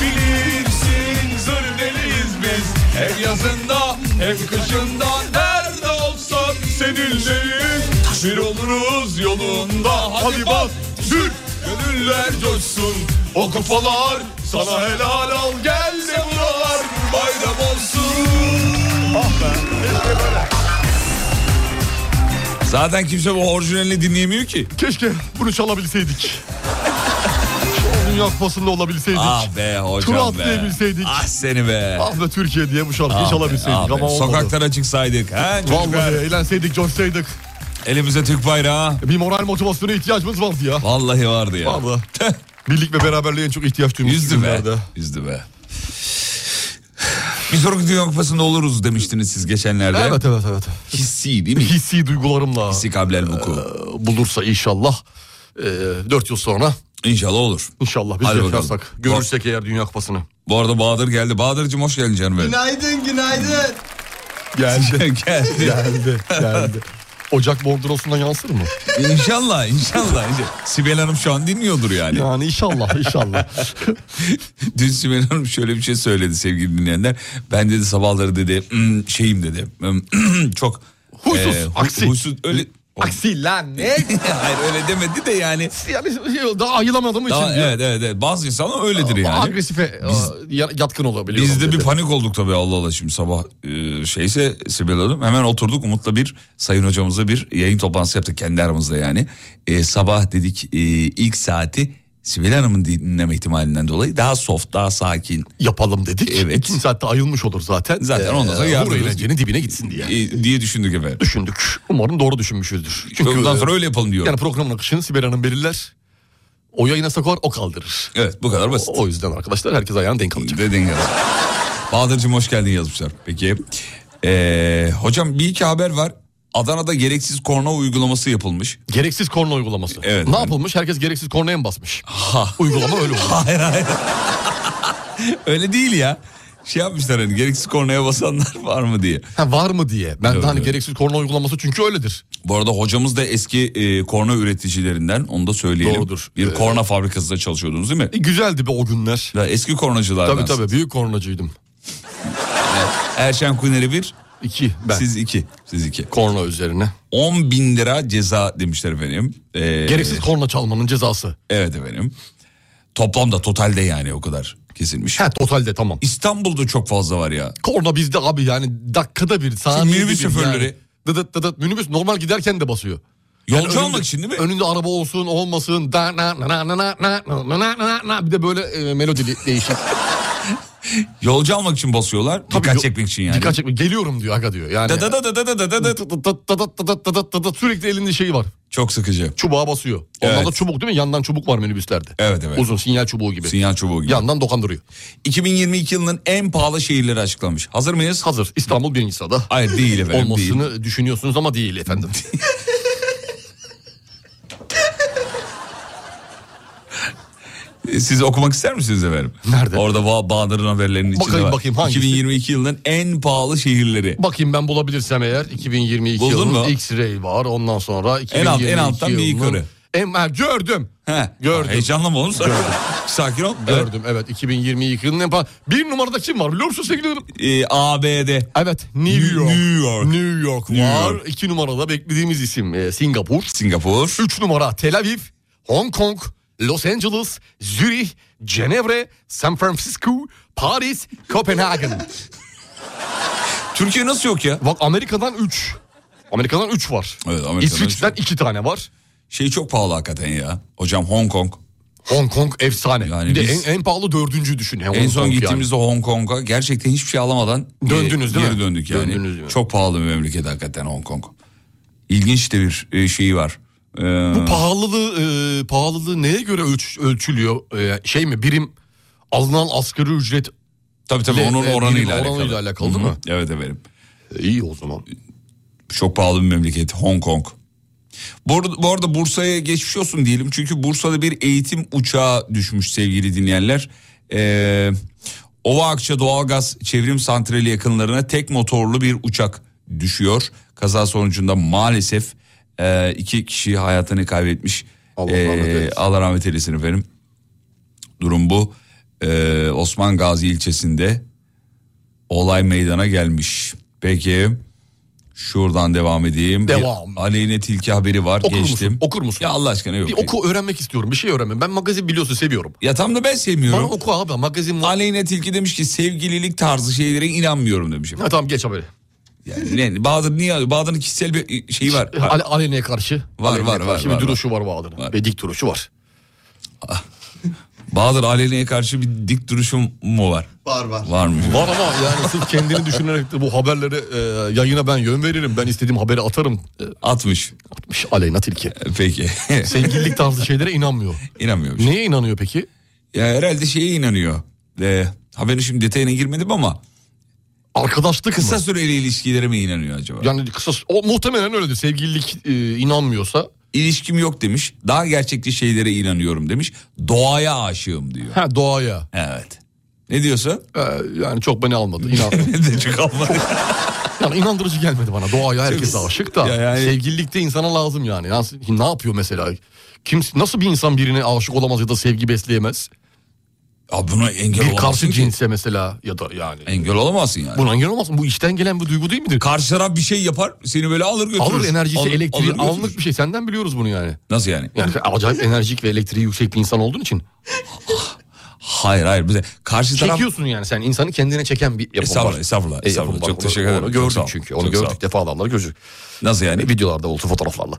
H: Bilirsin zır deliyiz biz Hem yazında hem kışında Nerede olsan seninleyim Bir oluruz yolunda Hadi bak Türk gönüller coşsun O kupalar sana helal al Gel de
C: Ah
H: buralar bayram olsun
C: Zaten kimse bu orijinalini dinleyemiyor ki.
D: Keşke bunu çalabilseydik. Şu Dünya Kupası'nda olabilseydik.
C: Ah be hocam
D: Turu
C: be.
D: atlayabilseydik.
C: Ah seni be.
D: Ah be Türkiye diye bu şarkıyı
C: Ah be,
D: çalabilseydik
C: ah be.
D: ama olmadı.
C: Sokaklara çıksaydık. He, çocuklar.
D: Vallahi eğlenseydik, coşsaydık.
C: Elimize Türk bayrağı.
D: Bir moral motivasyona ihtiyacımız vardı ya.
C: Vallahi vardı ya.
D: Vardı. Birlik ve beraberliğe en çok ihtiyaç duyduğumuz
C: Yüzdü be.
D: günlerde.
C: Yüzdü be. Bir sonraki Dünya Kupası'nda oluruz demiştiniz siz geçenlerde.
D: Evet evet evet.
C: Hissi değil mi?
D: Hissi duygularımla
C: Hissi kablel vuku.
D: e, bulursa inşallah 4 yıl sonra
C: İnşallah olur.
D: inşallah biz
C: Hadi bakalım.
D: yaşarsak görürsek eğer Dünya Kupası'nı.
C: Bu arada Bahadır geldi. Bahadır'cığım hoş geldin canım benim.
J: Günaydın günaydın.
C: Geldi. geldi.
D: Geldi geldi. Ocak bordrosundan yansır mı?
C: İnşallah, inşallah. inşallah. Sibel Hanım şu an dinliyordur yani.
D: Yani inşallah inşallah.
C: Dün Sibel Hanım şöyle bir şey söyledi sevgili dinleyenler. Ben dedi sabahları dedi "Hmm, şeyim dedi. "Hmm, çok
D: Huysuz,
C: hu-
D: aksi.
C: Huysuz öyle
D: Aksi lan ne?
C: Hayır öyle demedi de yani.
D: Yani şey, daha ayılamadığım için.
C: Daha,
D: diyor.
C: evet, evet evet bazı insanlar öyledir yani.
D: Agresife
C: Biz-
D: ya- yatkın olabiliyorum.
C: Biz de bir
D: dedi.
C: panik olduk tabii Allah Allah şimdi sabah e, şeyse Sibel Hanım hemen oturduk Umut'la bir sayın hocamızla bir yayın toplantısı yaptık kendi aramızda yani. E, sabah dedik e, ilk saati Sibel Hanım'ın dinleme ihtimalinden dolayı daha soft daha sakin
D: yapalım dedik.
C: Evet.
D: İkinci saatte ayılmış olur zaten. Ee,
C: Zaten ondan sonra
D: Uğur
C: yardımcı-
D: eğlencenin dibine gitsin diye.
C: e, diye düşündük efendim.
D: Düşündük. Umarım doğru düşünmüşüzdür. Çünkü
C: Ondan
D: e,
C: sonra öyle yapalım diyorum.
D: yani programın akışını Sibel Hanım belirler. O yayına sokar o kaldırır.
C: evet bu kadar basit.
D: O, o yüzden arkadaşlar herkes ayağını denk alacak.
C: Dedin ya. Bahadır'cığım hoş geldin yazmışlar. Peki. Ee, hocam bir iki haber var. Adana'da gereksiz korna uygulaması yapılmış.
D: Gereksiz korna uygulaması.
C: Evet.
D: Ne yapılmış? Herkes gereksiz kornaya mı basmış?
C: Ha.
D: Uygulama öyle oldu.
C: Hayır hayır. Öyle değil ya. Şey yapmışlar hani gereksiz kornaya basanlar var mı diye.
D: Ha, var mı diye. Ben
C: Evet,
D: de hani
C: evet.
D: gereksiz korna uygulaması çünkü öyledir.
C: Bu arada hocamız da eski e, korna üreticilerinden onu da söyleyelim.
D: Doğrudur.
C: Bir
D: Ee,
C: korna fabrikasında çalışıyordunuz değil mi?
D: E, güzeldi be o günler.
C: Ya e, Eski kornacılardan.
D: Tabii tabii büyük kornacıydım.
C: Erşen Kuneri bir,
D: İki ben.
C: siz iki. Siz iki.
D: Korna üzerine.
C: 10 bin lira ceza demişler efendim. Ee,
D: Gereksiz korna çalmanın cezası.
C: Evet efendim. Toplamda totalde yani o kadar kesilmiş.
D: Ha totalde tamam.
C: İstanbul'da çok fazla var ya.
D: Korna bizde abi yani dakikada bir saniyede bir.
C: minibüs şoförleri.
D: yani. Dıdıt dıdıt minibüs normal giderken de basıyor.
C: Yolcu
D: önünde-
C: almak için değil mi?
D: Önünde araba olsun olmasın. Da, na, na, na, na, na, na, na, na, na, na. Bir de böyle e, melodili değişik.
C: Yolcu almak için basıyorlar. dikkat
D: Tabii,
C: çekmek için yani.
D: Dikkat çekmek. Geliyorum diyor aga diyor. Yani
C: Da da da da da da da da da.
D: Dıt dıt dıt dıt dıt dıt dıt dıt. sürekli elinde şeyi var.
C: Çok sıkıcı.
D: Çubuğa basıyor. Onlarda
C: Evet.
D: çubuk değil mi? Yandan çubuk var minibüslerde.
C: Evet, evet.
D: Uzun sinyal çubuğu gibi.
C: Sinyal çubuğu gibi.
D: Yandan dokandırıyor.
C: 2022 yılının en pahalı şehirleri açıklamış. Hazır mıyız?
D: Hazır. İstanbul birinci sırada.
C: Hayır değil efendim. Değil.
D: Olmasını düşünüyorsunuz ama değil efendim.
C: Ee, Siz okumak ister misiniz efendim?
D: Nerede?
C: Orada ba- Bahadır'ın haberlerinin içinde
D: Bakayım,
C: var.
D: bakayım, hangisi?
C: 2022 yılının en pahalı şehirleri.
D: Bakayım ben bulabilirsem eğer 2022
C: Buldun
D: yılının
C: mu?
D: X-Ray var. Ondan sonra 2022
C: alt- en alttan bir
D: yılının-
C: yukarı.
D: En, ha, gördüm.
C: He.
D: Gördüm.
C: Heyecanlama oğlum. Sakin, sakin ol.
D: Gördüm evet 2022 yılının en pahalı. Bir numarada kim var biliyor musun sevgili dinlerim?
C: Ee, ABD.
D: Evet New York.
C: New York.
D: New York
C: New
D: var.
C: York.
D: İki numarada beklediğimiz isim e, Singapur.
C: Singapur.
D: Üç numara Tel Aviv, Hong Kong, Los Angeles, Zürih, Cenevre, San Francisco, Paris, Kopenhagen.
C: Türkiye nasıl yok ya?
D: Bak Amerika'dan 3. Amerika'dan 3 var.
C: Evet, Amerika'dan
D: İsviçre'den 2 tane var.
C: Şey çok pahalı hakikaten ya. Hocam Hong Kong.
D: Hong Kong efsane.
C: Yani
D: bir de
C: biz-
D: en, en pahalı dördüncü düşün. Yani
C: en
D: Hong
C: son
D: Kong yani.
C: gittiğimizde Hong Kong'a gerçekten hiçbir şey alamadan e,
D: Döndünüz değil
C: geri
D: mi?
C: döndük yani.
D: Döndünüz değil mi?
C: Çok pahalı bir memleket hakikaten Hong Kong. İlginç de bir e, şeyi var. Ee,
D: Bu pahalılığı, e, pahalılığı neye göre ölç- ölçülüyor? E, şey mi birim alınan asgari ücret
C: tabii tabii
D: le-
C: onun
D: e,
C: oranıyla
D: birim
C: alakalı.
D: oranıyla alakalı değil
C: Hı hı.
D: mi?
C: Evet efendim.
D: iyi o zaman.
C: Çok pahalı bir memleket Hong Kong. Bu arada, bu arada Bursa'ya geçmiş olsun diyelim. Çünkü Bursa'da bir eğitim uçağı düşmüş sevgili dinleyenler. Ee, Ova Akça Doğalgaz Çevrim Santrali yakınlarına tek motorlu bir uçak düşüyor. Kaza sonucunda maalesef e, iki kişi hayatını kaybetmiş. Ee,
D: Allah rahmet eylesin.
C: Allah rahmet eylesin efendim. Durum bu. Ee, Osman Gazi ilçesinde olay meydana gelmiş. Peki şuradan devam edeyim.
D: Devam.
C: Bir Aleyne Tilki haberi var
D: Okur
C: geçtim.
D: musun? Okur musun?
C: Ya Allah aşkına yok.
D: Bir oku öğrenmek istiyorum. Bir şey öğrenmem. Ben magazin biliyorsun seviyorum.
C: Ya tam da ben sevmiyorum.
D: Bana oku abi magazin var.
C: Aleyne Tilki demiş ki sevgililik tarzı şeylere inanmıyorum demiş.
D: Ha, tamam geç haberi.
C: Yani ne, Bahadır'ın niye Bahadır'ın kişisel bir şeyi var.
D: Ale, Alene'ye karşı.
C: Var,
D: Alene'ye
C: var, var,
D: karşı
C: var,
D: bir duruşu var, Bahadır'ın.
C: Var.
D: Ve dik duruşu var.
C: Bahadır Aleyne'ye karşı bir dik duruşum mu var?
B: Var var.
C: Var mı?
D: Var ama yani sırf kendini düşünerek de bu haberleri e, yayına ben yön veririm. Ben istediğim haberi atarım. E,
C: Atmış.
D: atmış Aleyna Tilki.
C: Peki.
D: Sevgililik tarzı şeylere inanmıyor.
C: İnanmıyorum.
D: Neye inanıyor peki?
C: Ya herhalde şeye inanıyor. Ee, haberin şimdi detayına girmedim ama
D: Arkadaşlık
C: kısa
D: mı?
C: süreli ilişkilere mi inanıyor acaba?
D: Yani kısa o muhtemelen öyledir. Sevgililik e, inanmıyorsa.
C: İlişkim yok demiş. Daha gerçekçi şeylere inanıyorum demiş. Doğaya aşığım diyor.
D: Ha doğaya.
C: Evet. Ne diyorsun?
D: E, yani çok beni almadı. İnan,
C: Ne çok almadı.
D: yani inandırıcı gelmedi bana. Doğaya herkes aşık da.
C: Ya yani-
D: Sevgililikte insana lazım yani. Nasıl, ne yapıyor mesela? Kim, nasıl bir insan birine aşık olamaz ya da sevgi besleyemez?
C: Ya buna engel
D: Bir
C: olamazsın
D: karşı
C: ki.
D: cinse mesela ya da yani.
C: Engel olamazsın yani.
D: Buna engel olmaz. mı? Bu içten gelen bu duygu değil midir?
C: Karşı taraf bir şey yapar seni böyle alır götürür.
D: Alır enerjisi,
C: Alır-
D: elektriği,
C: alır götürür.
D: anlık bir şey. Senden biliyoruz bunu yani.
C: Nasıl yani?
D: Yani sen acayip enerjik ve elektriği yüksek bir insan olduğun için.
C: Hayır hayır. Bize karşı taraf...
D: Çekiyorsun yani sen. insanı kendine çeken bir yapım
C: Estağfurullah,
D: var.
C: estağfurullah,
D: E, yapım
C: estağfurullah.
D: var.
C: Çok
D: Onu-
C: teşekkür ederim.
D: Onu
C: Çok
D: gördük
C: sağ ol.
D: çünkü.
C: Çok
D: Onu
C: sağ ol.
D: gördük defalarla gördük.
C: Nasıl yani?
D: Yani videolarda olsun fotoğraflarla.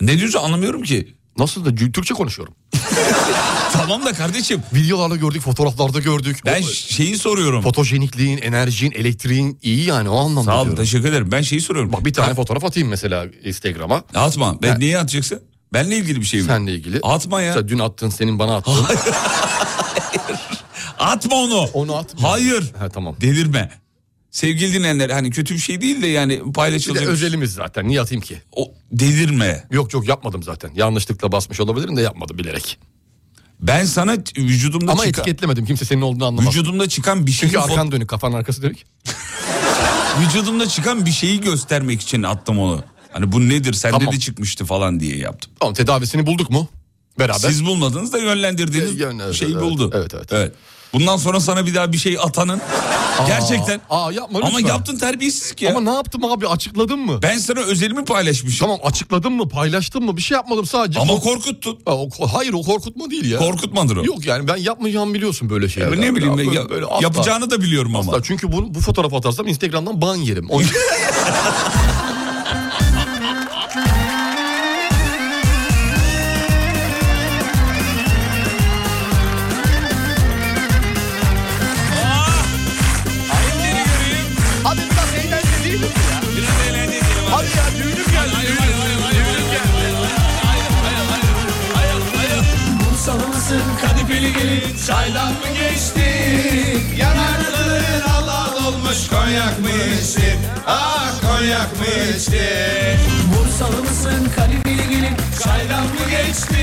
C: Ne diyorsun anlamıyorum ki.
D: Nasıl da cü- Türkçe konuşuyorum.
C: Tamam da kardeşim.
D: Videolarla gördük, fotoğraflarda gördük.
C: Ben
D: O-
C: şeyi soruyorum.
D: fotojenikliğin, enerjinin, elektriğin iyi yani o anlamda
C: Sağ ol
D: diyorum.
C: teşekkür ederim. Ben şeyi soruyorum.
D: Bak bir tane fotoğraf atayım mesela Instagram'a.
C: Atma. Ben neyi atacaksın? Benle ilgili bir şey mi?
D: Seninle ilgili.
C: Atma ya.
D: Mesela dün attığın senin bana attığın.
C: Atma onu.
D: Onu atma.
C: Hayır.
D: Ha, tamam.
C: Delirme. Sevgili dinleyenler hani kötü bir şey değil de yani
D: Bir de
C: paylaşılıyor.
D: özelimiz zaten. Niye atayım ki?
C: O, delirme.
D: Yok yok yapmadım zaten. Yanlışlıkla basmış olabilirim de yapmadım bilerek.
C: Ben sana t- vücudumda
D: Ama
C: çıkan
D: etiketlemedim. Kimse senin olduğunu anlamaz.
C: vücudumda çıkan bir şeyi
D: Çünkü
C: fo-
D: arkan dönük, kafanın arkası dönük.
C: vücudumda çıkan bir şeyi göstermek için attım onu. Hani bu nedir? Sende
D: Tamam.
C: de çıkmıştı falan diye yaptım.
D: Tamam tedavisini bulduk mu? Beraber.
C: Siz bulmadınız da
D: Ee,
C: yönlendirdiğiniz
D: yönlendirdim,
C: şeyi
D: evet.
C: buldu.
D: Evet, evet.
C: Bundan sonra sana bir daha bir şey atanın gerçekten
D: Aa yapma lütfen.
C: ama yaptın terbiyesizlik ya.
D: Ama ne yaptım abi açıkladım mı?
C: Ben sana özelimi paylaşmışım.
D: Tamam açıkladım mı paylaştım mı bir şey yapmadım sadece.
C: Ama
D: Kork-
C: korkuttun.
D: Aa, o ko- Hayır o korkutma değil ya.
C: Korkutmadır o.
D: Yok yani ben yapmayacağımı biliyorsun böyle şeyler.
C: ne bileyim ben
D: böyle-
C: ya-
D: böyle asla-
C: yapacağını da biliyorum ama.
D: asla. Çünkü bu, bu fotoğrafı atarsam Instagram'dan ban yerim. O yüzden-
C: Elleri göreyim.
K: Hadi biraz eğlence değil mi?
C: Biraz eğlence edelim.
K: Hadi ya düğünüm geldi.
C: Hayır, hayır, hayır, hayır, hayır, hayır, hayır, hayır.
K: Salımızın kadifeli gelin çaydan mı geçti? Yanakların Allah olmuş konyak mı içti? Ah konyak mı içti? Bursalımızın kadifeli gelin çaydan mı geçti?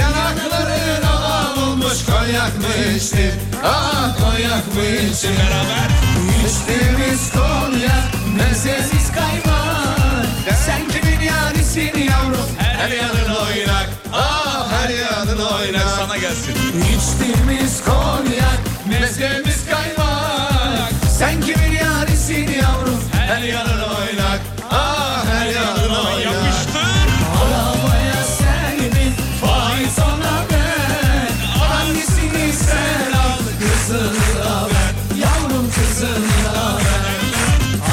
K: Yanakların Allah olmuş konyak mı içti? Ah konyak mı içti? Beraber İçtiğimiz konyak mezesiz kaymak Sen kimin yarisin yavrum her yanın oynak Ah her yanın oynak
C: Sana gelsin.
K: İçtiğimiz konyak mezemiz kaymak Sen kimin yarisin yavrum her yanın oynak Ah her yanın oynak Arabaya sen bin faiz ona ben Hangisini sen al kızını da ver Yavrum kızını da ver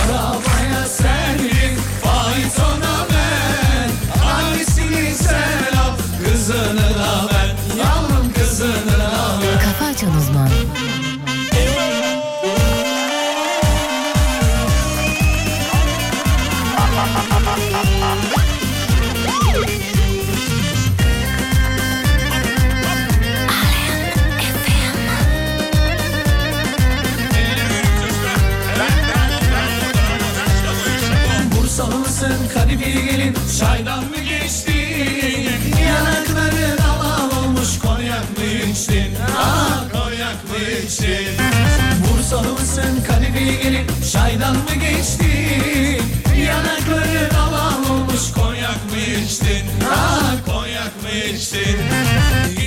K: Arabaya sen bin faiz ona ben Hangisini sen al kızını da ver Yavrum kızını da ver
L: Kafa Açan Uzman
K: Bursalımızın kadifi gelin çaydan mı geçtin? Yanakların alav olmuş konyak mı içtin? Ah konyak mı içtin? Bursalımızın kadifi gelin çaydan mı geçtin? Yanakların alav olmuş konyak mı içtin? Ah konyak mı içtin?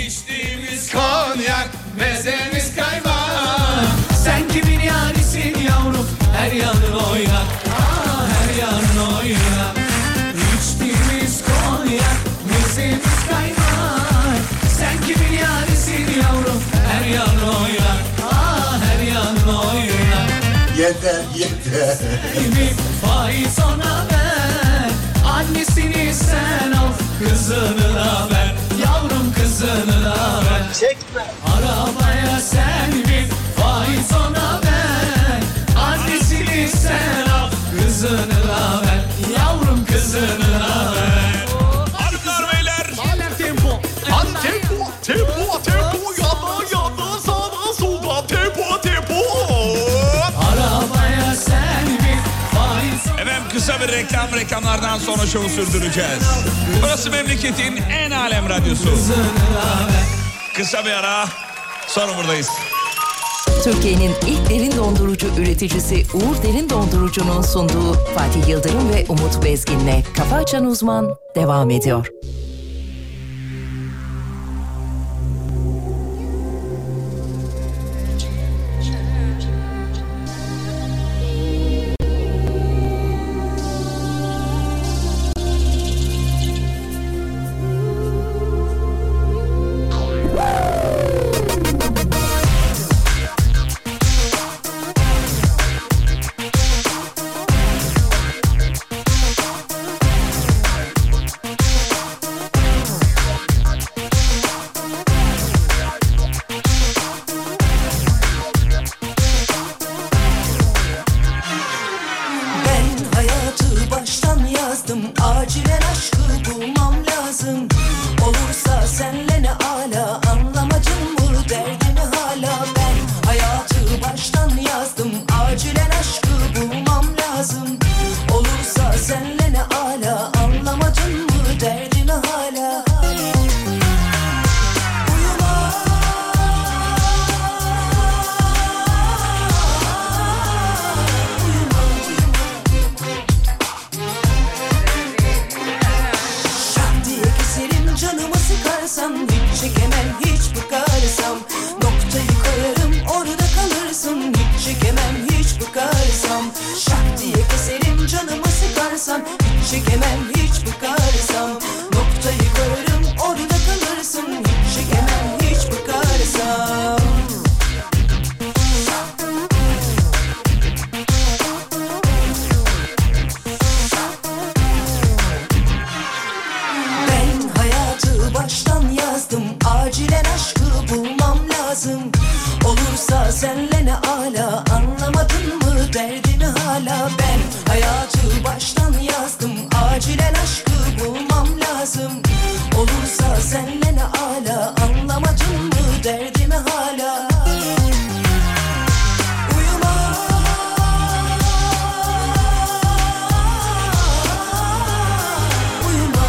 K: İçtiğimiz konyak mezemiz kaymak Sen kimin yarisin yavrum her yanın oynak Ah her yanın oynak İçtiğimiz konyak mezemiz kaymak Sen kimin yarisin yavrum her yanın oynak Ah her yanın oynak
B: Ye
K: yeter yeter.
J: Evimi faiz ona ver Annesini sen al Kızını da ver Yavrum kızını da ver Çekme Arabaya sen bin Faiz ona ver Annesini sen al Kızını da ver Yavrum kızını da ver Arıklar beyler Beyler tempo
D: Hadi tempo, tempo, tempo. Yana, yana, sağda, solda. Tempo, tempo.
J: Arabaya sen bin Faiz
C: Efendim kısa bir reklam reklamlardan sonra şovu sürdüreceğiz. Burası memleketin en alem radyosu. Kısa bir ara sonra buradayız.
A: Türkiye'nin ilk derin dondurucu üreticisi Uğur Derin Dondurucu'nun sunduğu Fatih Yıldırım ve Umut Bezgin'le Kafa Açan Uzman devam ediyor.
M: Ben hayatı baştan yazdım Acilen aşkı bulmam lazım Olursa senle ne ala Anlamacın mı derdimi hala Ben hayatı baştan yazdım Acilen aşkı bulmam lazım Olursa senle ne ala Anlamadın mı derdimi hala Şak diye keserim canımı sıkarsam Hiç çekemem hiç bıkarsam Noktayı koyarım orada kalırsın Hiç çekemem hiç bıkarsam Şak diye keserim canımı sıkarsam Hiç çekemem hiç bıkarsam Noktayı koyarım orada kalırsın Hiç çekemem hiç bıkarsam Ben hayatı baştan yazdım Acilen aşkı bulmam lazım Olursa senle ne ala Anlamadın mı derdimi hala Ben hayatı baştan yazdım Acilen aşkı bulmam lazım Olursa senle ne ala Anlamadın mı derdimi hala Uyuma uyuma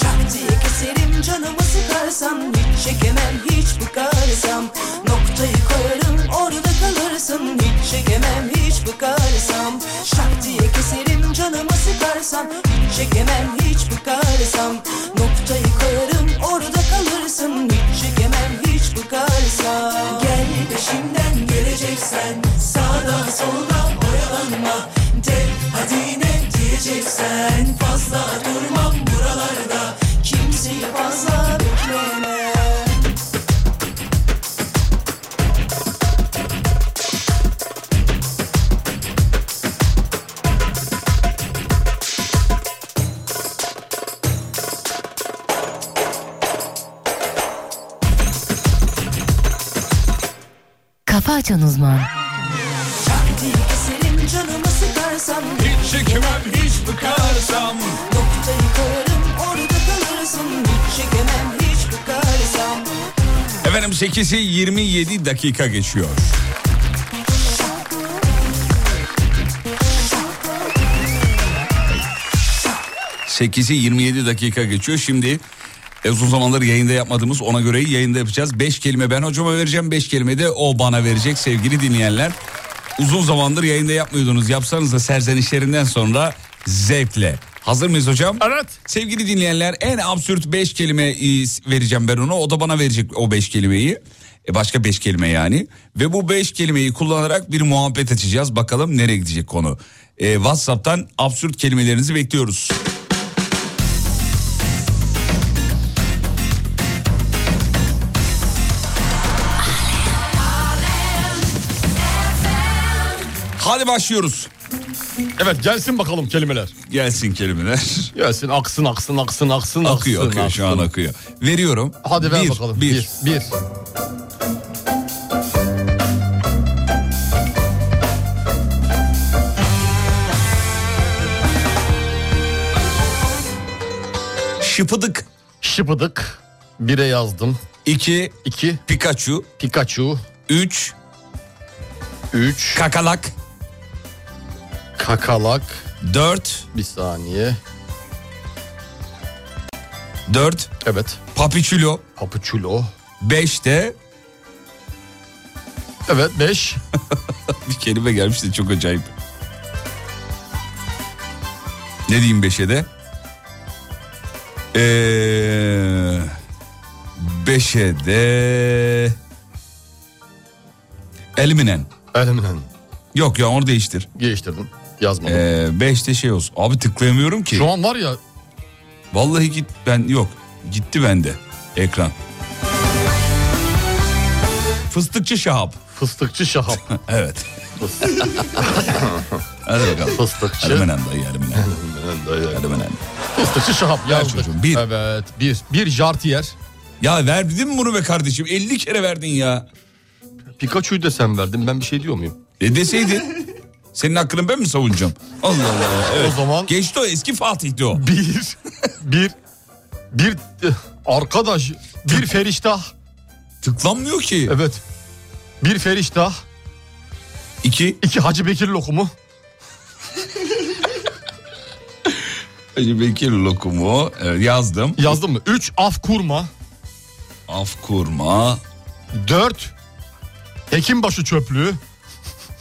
M: Şak diye keserim canımı sıkarsam Hiç çekemem hiç bıkarsam Noktayı koyarım orada kalırsın Hiç çekemem hiç bıkarsam Şak diye keserim canımı sıkarsam Hiç çekemem hiç bıkarsam Noktayı koyarım orada kalırsın Hiç çekemem hiç bıkarsam Gel peşimden geleceksen Sağdan soldan oyalanma De hadi ne diyeceksen Fazla durmam buralarda Kimseyi fazla bekleme
A: Kafa Açan Uzman
M: Şak diye keserim canımı sıkarsam
H: Hiç çekemem hiç bıkarsam
M: Noktayı koyarım orada kalırsın Hiç çekemem hiç bıkarsam
C: Efendim 8'i 27 dakika geçiyor. ...8'i 27 dakika geçiyor. Şimdi en uzun zamandır yayında yapmadığımız ona göre yayında yapacağız. 5 kelime ben hocama vereceğim. 5 kelime de o bana verecek sevgili dinleyenler. Uzun zamandır yayında yapmıyordunuz. Yapsanız da serzenişlerinden sonra zevkle. Hazır mıyız hocam? Evet. Sevgili dinleyenler en absürt 5 kelime e, vereceğim ben ona. O da bana verecek o 5 kelimeyi. E, Başka 5 kelime yani. Ve bu 5 kelimeyi kullanarak bir muhabbet açacağız. Bakalım nereye gidecek konu. E, Whatsapp'tan absürt kelimelerinizi bekliyoruz. Hadi başlıyoruz.
D: Evet gelsin bakalım kelimeler.
C: Gelsin kelimeler.
D: Gelsin aksın aksın aksın aksın.
C: Akıyor
D: aksın,
C: akıyor şu an
D: aksın.
C: akıyor. Veriyorum.
D: Hadi ver
C: Bir,
D: bakalım.
C: Bir.
D: bir. bir.
C: Şıpıdık.
D: Şıpıdık. Bire yazdım.
C: İki.
D: İki.
C: Pikachu.
D: Pikachu.
C: Üç.
D: Üç.
C: Kakalak.
D: kakalak.
C: Dört.
D: Bir saniye.
C: Dört.
D: Evet.
C: Papiçulo.
D: Papuçulo.
C: Beş de.
D: Evet beş.
C: Bir kelime gelmiş de çok acayip. Ne diyeyim beşe de? Ee, beşe de... Eliminen.
D: Elinden
C: Yok ya onu değiştir.
D: Değiştirdim. Yazmadım.
C: Ee, beşte şey olsun. Abi tıklayamıyorum ki.
D: Şu an var ya
C: Vallahi git ben yok. Gitti bende ekran. Fıstıkçı Şahap.
D: fıstıkçı Şahap.
C: Evet.
D: Fıstık-
C: Hadi bakalım.
D: fıstıkçı.
C: Eliminen dayı eliminen. Eliminen.
D: fıstıkçı Şahap yazdık.
C: çocuğum, bir.
D: Evet bir. Bir jartiyer.
C: Ya verdin mi bunu be kardeşim? 50 kere verdin ya.
D: Pikachu'yu da sen verdin ben bir şey diyor muyum?
C: E deseydin. Senin hakkını ben mi savunacağım? Allah Allah. Evet.
D: O zaman
C: Geçti o eski Fatih'ti o.
D: bir bir bir arkadaş bir feriştah.
C: Tıklanmıyor ki.
D: Evet. Bir feriştah.
C: İki.
D: iki Hacı Bekir lokumu.
C: Hacı Bekir lokumu evet, yazdım.
D: Yazdın mı? Üç af kurma.
C: Af kurma.
D: Dört hekimbaşı çöplüğü.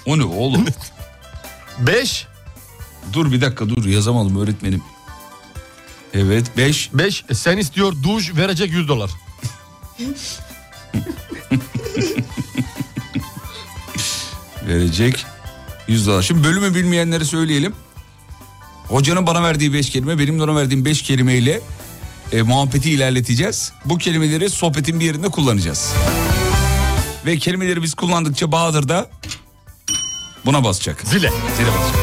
C: O ne oğlum?
D: Beş
C: dur bir dakika dur yazamadım öğretmenim. Evet beş.
D: beş e, sen istiyor duş verecek yüz dolar.
C: verecek. 100 dolar. Şimdi bölümü bilmeyenlere söyleyelim. Hocanın bana verdiği 5 kelime, benim de ona verdiğim 5 kelimeyle e, muhabbeti ilerleteceğiz. Bu kelimeleri sohbetin bir yerinde kullanacağız. Ve kelimeleri biz kullandıkça Bahadır da buna basacak.
D: Zile.
C: Zile basacak.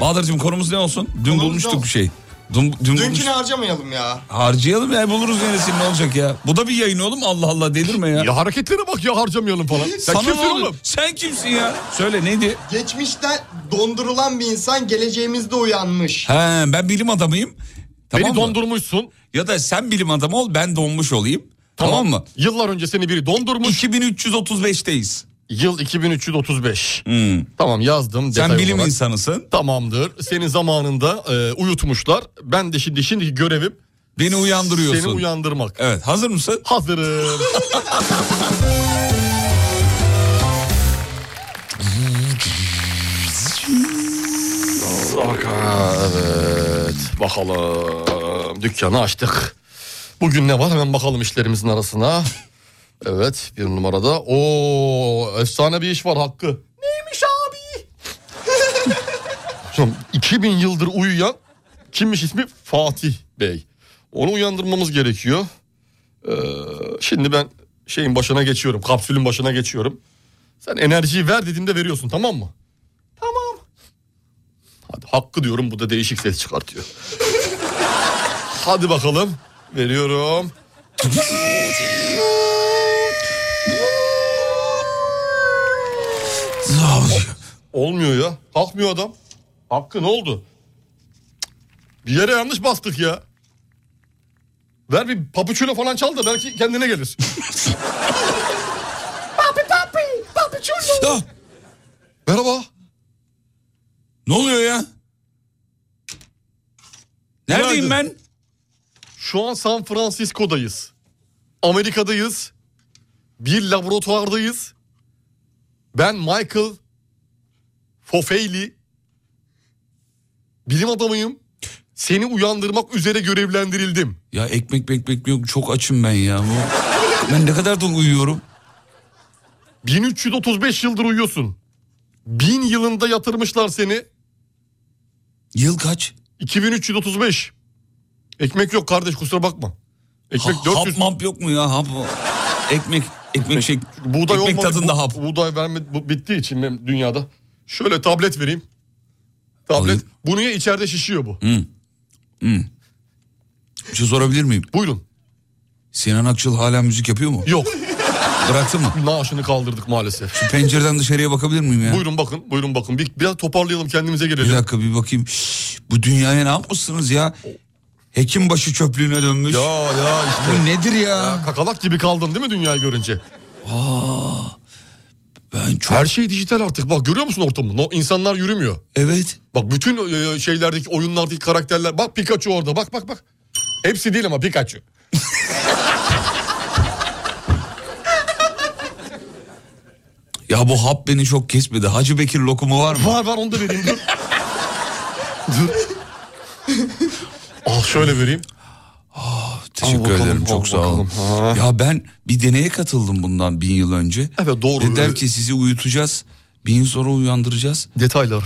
C: Bahadır'cığım konumuz ne olsun? Dün
K: Konumuz ne
C: bulmuştuk
K: olsun?
C: şey. Dün, dün bulmuş-
K: Dünkünü harcamayalım ya.
C: Harcayalım ya buluruz yenisini ne olacak ya. Bu da bir yayın oğlum Allah Allah delirme ya.
D: Ya hareketlere bak ya harcamayalım falan. Sen
C: Sana ne
D: kimsin
C: oğlum?
D: oğlum?
C: Sen kimsin ya? Söyle neydi?
K: Geçmişten dondurulan bir insan geleceğimizde uyanmış.
C: He, ben bilim adamıyım. Tamam
D: Beni
C: mı?
D: dondurmuşsun.
C: Ya da sen bilim adamı ol ben donmuş olayım. Tamam, mı?
D: Yıllar önce seni biri dondurmuş.
C: 2335'teyiz.
D: Yıl 2335.
C: Hmm.
D: Tamam yazdım.
C: Sen
D: detay
C: bilim
D: olarak.
C: insanısın.
D: Tamamdır. Senin zamanında e, uyutmuşlar. Ben de şimdi şimdiki görevim
C: Beni uyandırıyorsun.
D: seni uyandırmak.
C: evet hazır mısın?
D: Hazırım. evet bakalım dükkanı açtık. Bugün ne var hemen bakalım işlerimizin arasına. Evet bir numarada. o efsane bir iş var Hakkı. Neymiş abi? Hocam, 2000 yıldır uyuyan kimmiş ismi? Fatih Bey. Onu uyandırmamız gerekiyor. Ee, şimdi ben şeyin başına geçiyorum. Kapsülün başına geçiyorum. Sen enerjiyi ver dediğimde veriyorsun tamam mı? Tamam. Hadi hakkı diyorum bu da değişik ses çıkartıyor. Hadi bakalım. Veriyorum. Olmuyor ya. Kalkmıyor adam. Hakkı ne oldu? Cık, Bir yere yanlış bastık ya. Ver bir papuçuyla falan çal da belki kendine gelir.
C: Ah,
D: Merhaba.
C: ne oluyor ya? Neredeyim
D: Günaydın.
C: ben?
D: Şu an San Francisco'dayız. Amerika'dayız. Bir laboratuvardayız. Ben Michael Fofeyli. Bilim adamıyım. Seni uyandırmak üzere görevlendirildim.
C: Ya ekmek ekmek yok çok açım ben ya. Bu- ben ne kadar da uyuyorum.
D: 1335 yıldır uyuyorsun. 1000 yılında yatırmışlar seni.
C: Yıl kaç?
D: 2335. Ekmek yok kardeş kusura bakma.
C: Ha,
D: Ekmek
C: hap
D: 400.
C: map yok mu ya? Hap ekmek ekmek şey
D: Buğday
C: ekmek
D: olmadı.
C: tadında
D: Bu-
C: hap.
D: Buğday verme, bu bittiği için benim dünyada. Şöyle tablet vereyim. Tablet. Bu niye içeride şişiyor bu?
C: Hmm. Bir şey sorabilir miyim?
D: Buyurun.
C: Sinan Akçıl hala müzik yapıyor mu?
D: Yok.
C: Bıraktı mı?
D: Naaşını kaldırdık maalesef.
C: Şu pencereden dışarıya bakabilir miyim ya?
D: Buyurun bakın, buyurun bakın. Bir, biraz toparlayalım kendimize gelelim.
C: Bir dakika bir bakayım. Şşş, bu dünyaya ne yapmışsınız ya? Hekimbaşı çöplüğüne dönmüş.
D: Ya ya işte.
C: Bu nedir ya?
D: Kakalak gibi kaldın değil mi dünyayı görünce? Aa. Ben Her şey dijital artık. Bak görüyor musun ortamı? No, insanlar yürümüyor.
C: Evet.
D: Bak bütün e, şeylerdeki oyunlardaki karakterler. Bak Pikachu orada. Bak bak bak. Hepsi değil ama Pikachu.
C: Ya bu hap beni çok kesmedi. Hacı Bekir lokumu var mı?
D: Var var onu da vereyim dur. dur. Ah şöyle vereyim.
C: Teşekkür ederim çok sağ olun. Ya ben bir deneye katıldım bundan bin yıl önce.
D: Evet doğru.
C: Dediler ki sizi uyutacağız. Bin yıl sonra uyandıracağız. Ee,
D: Detaylar.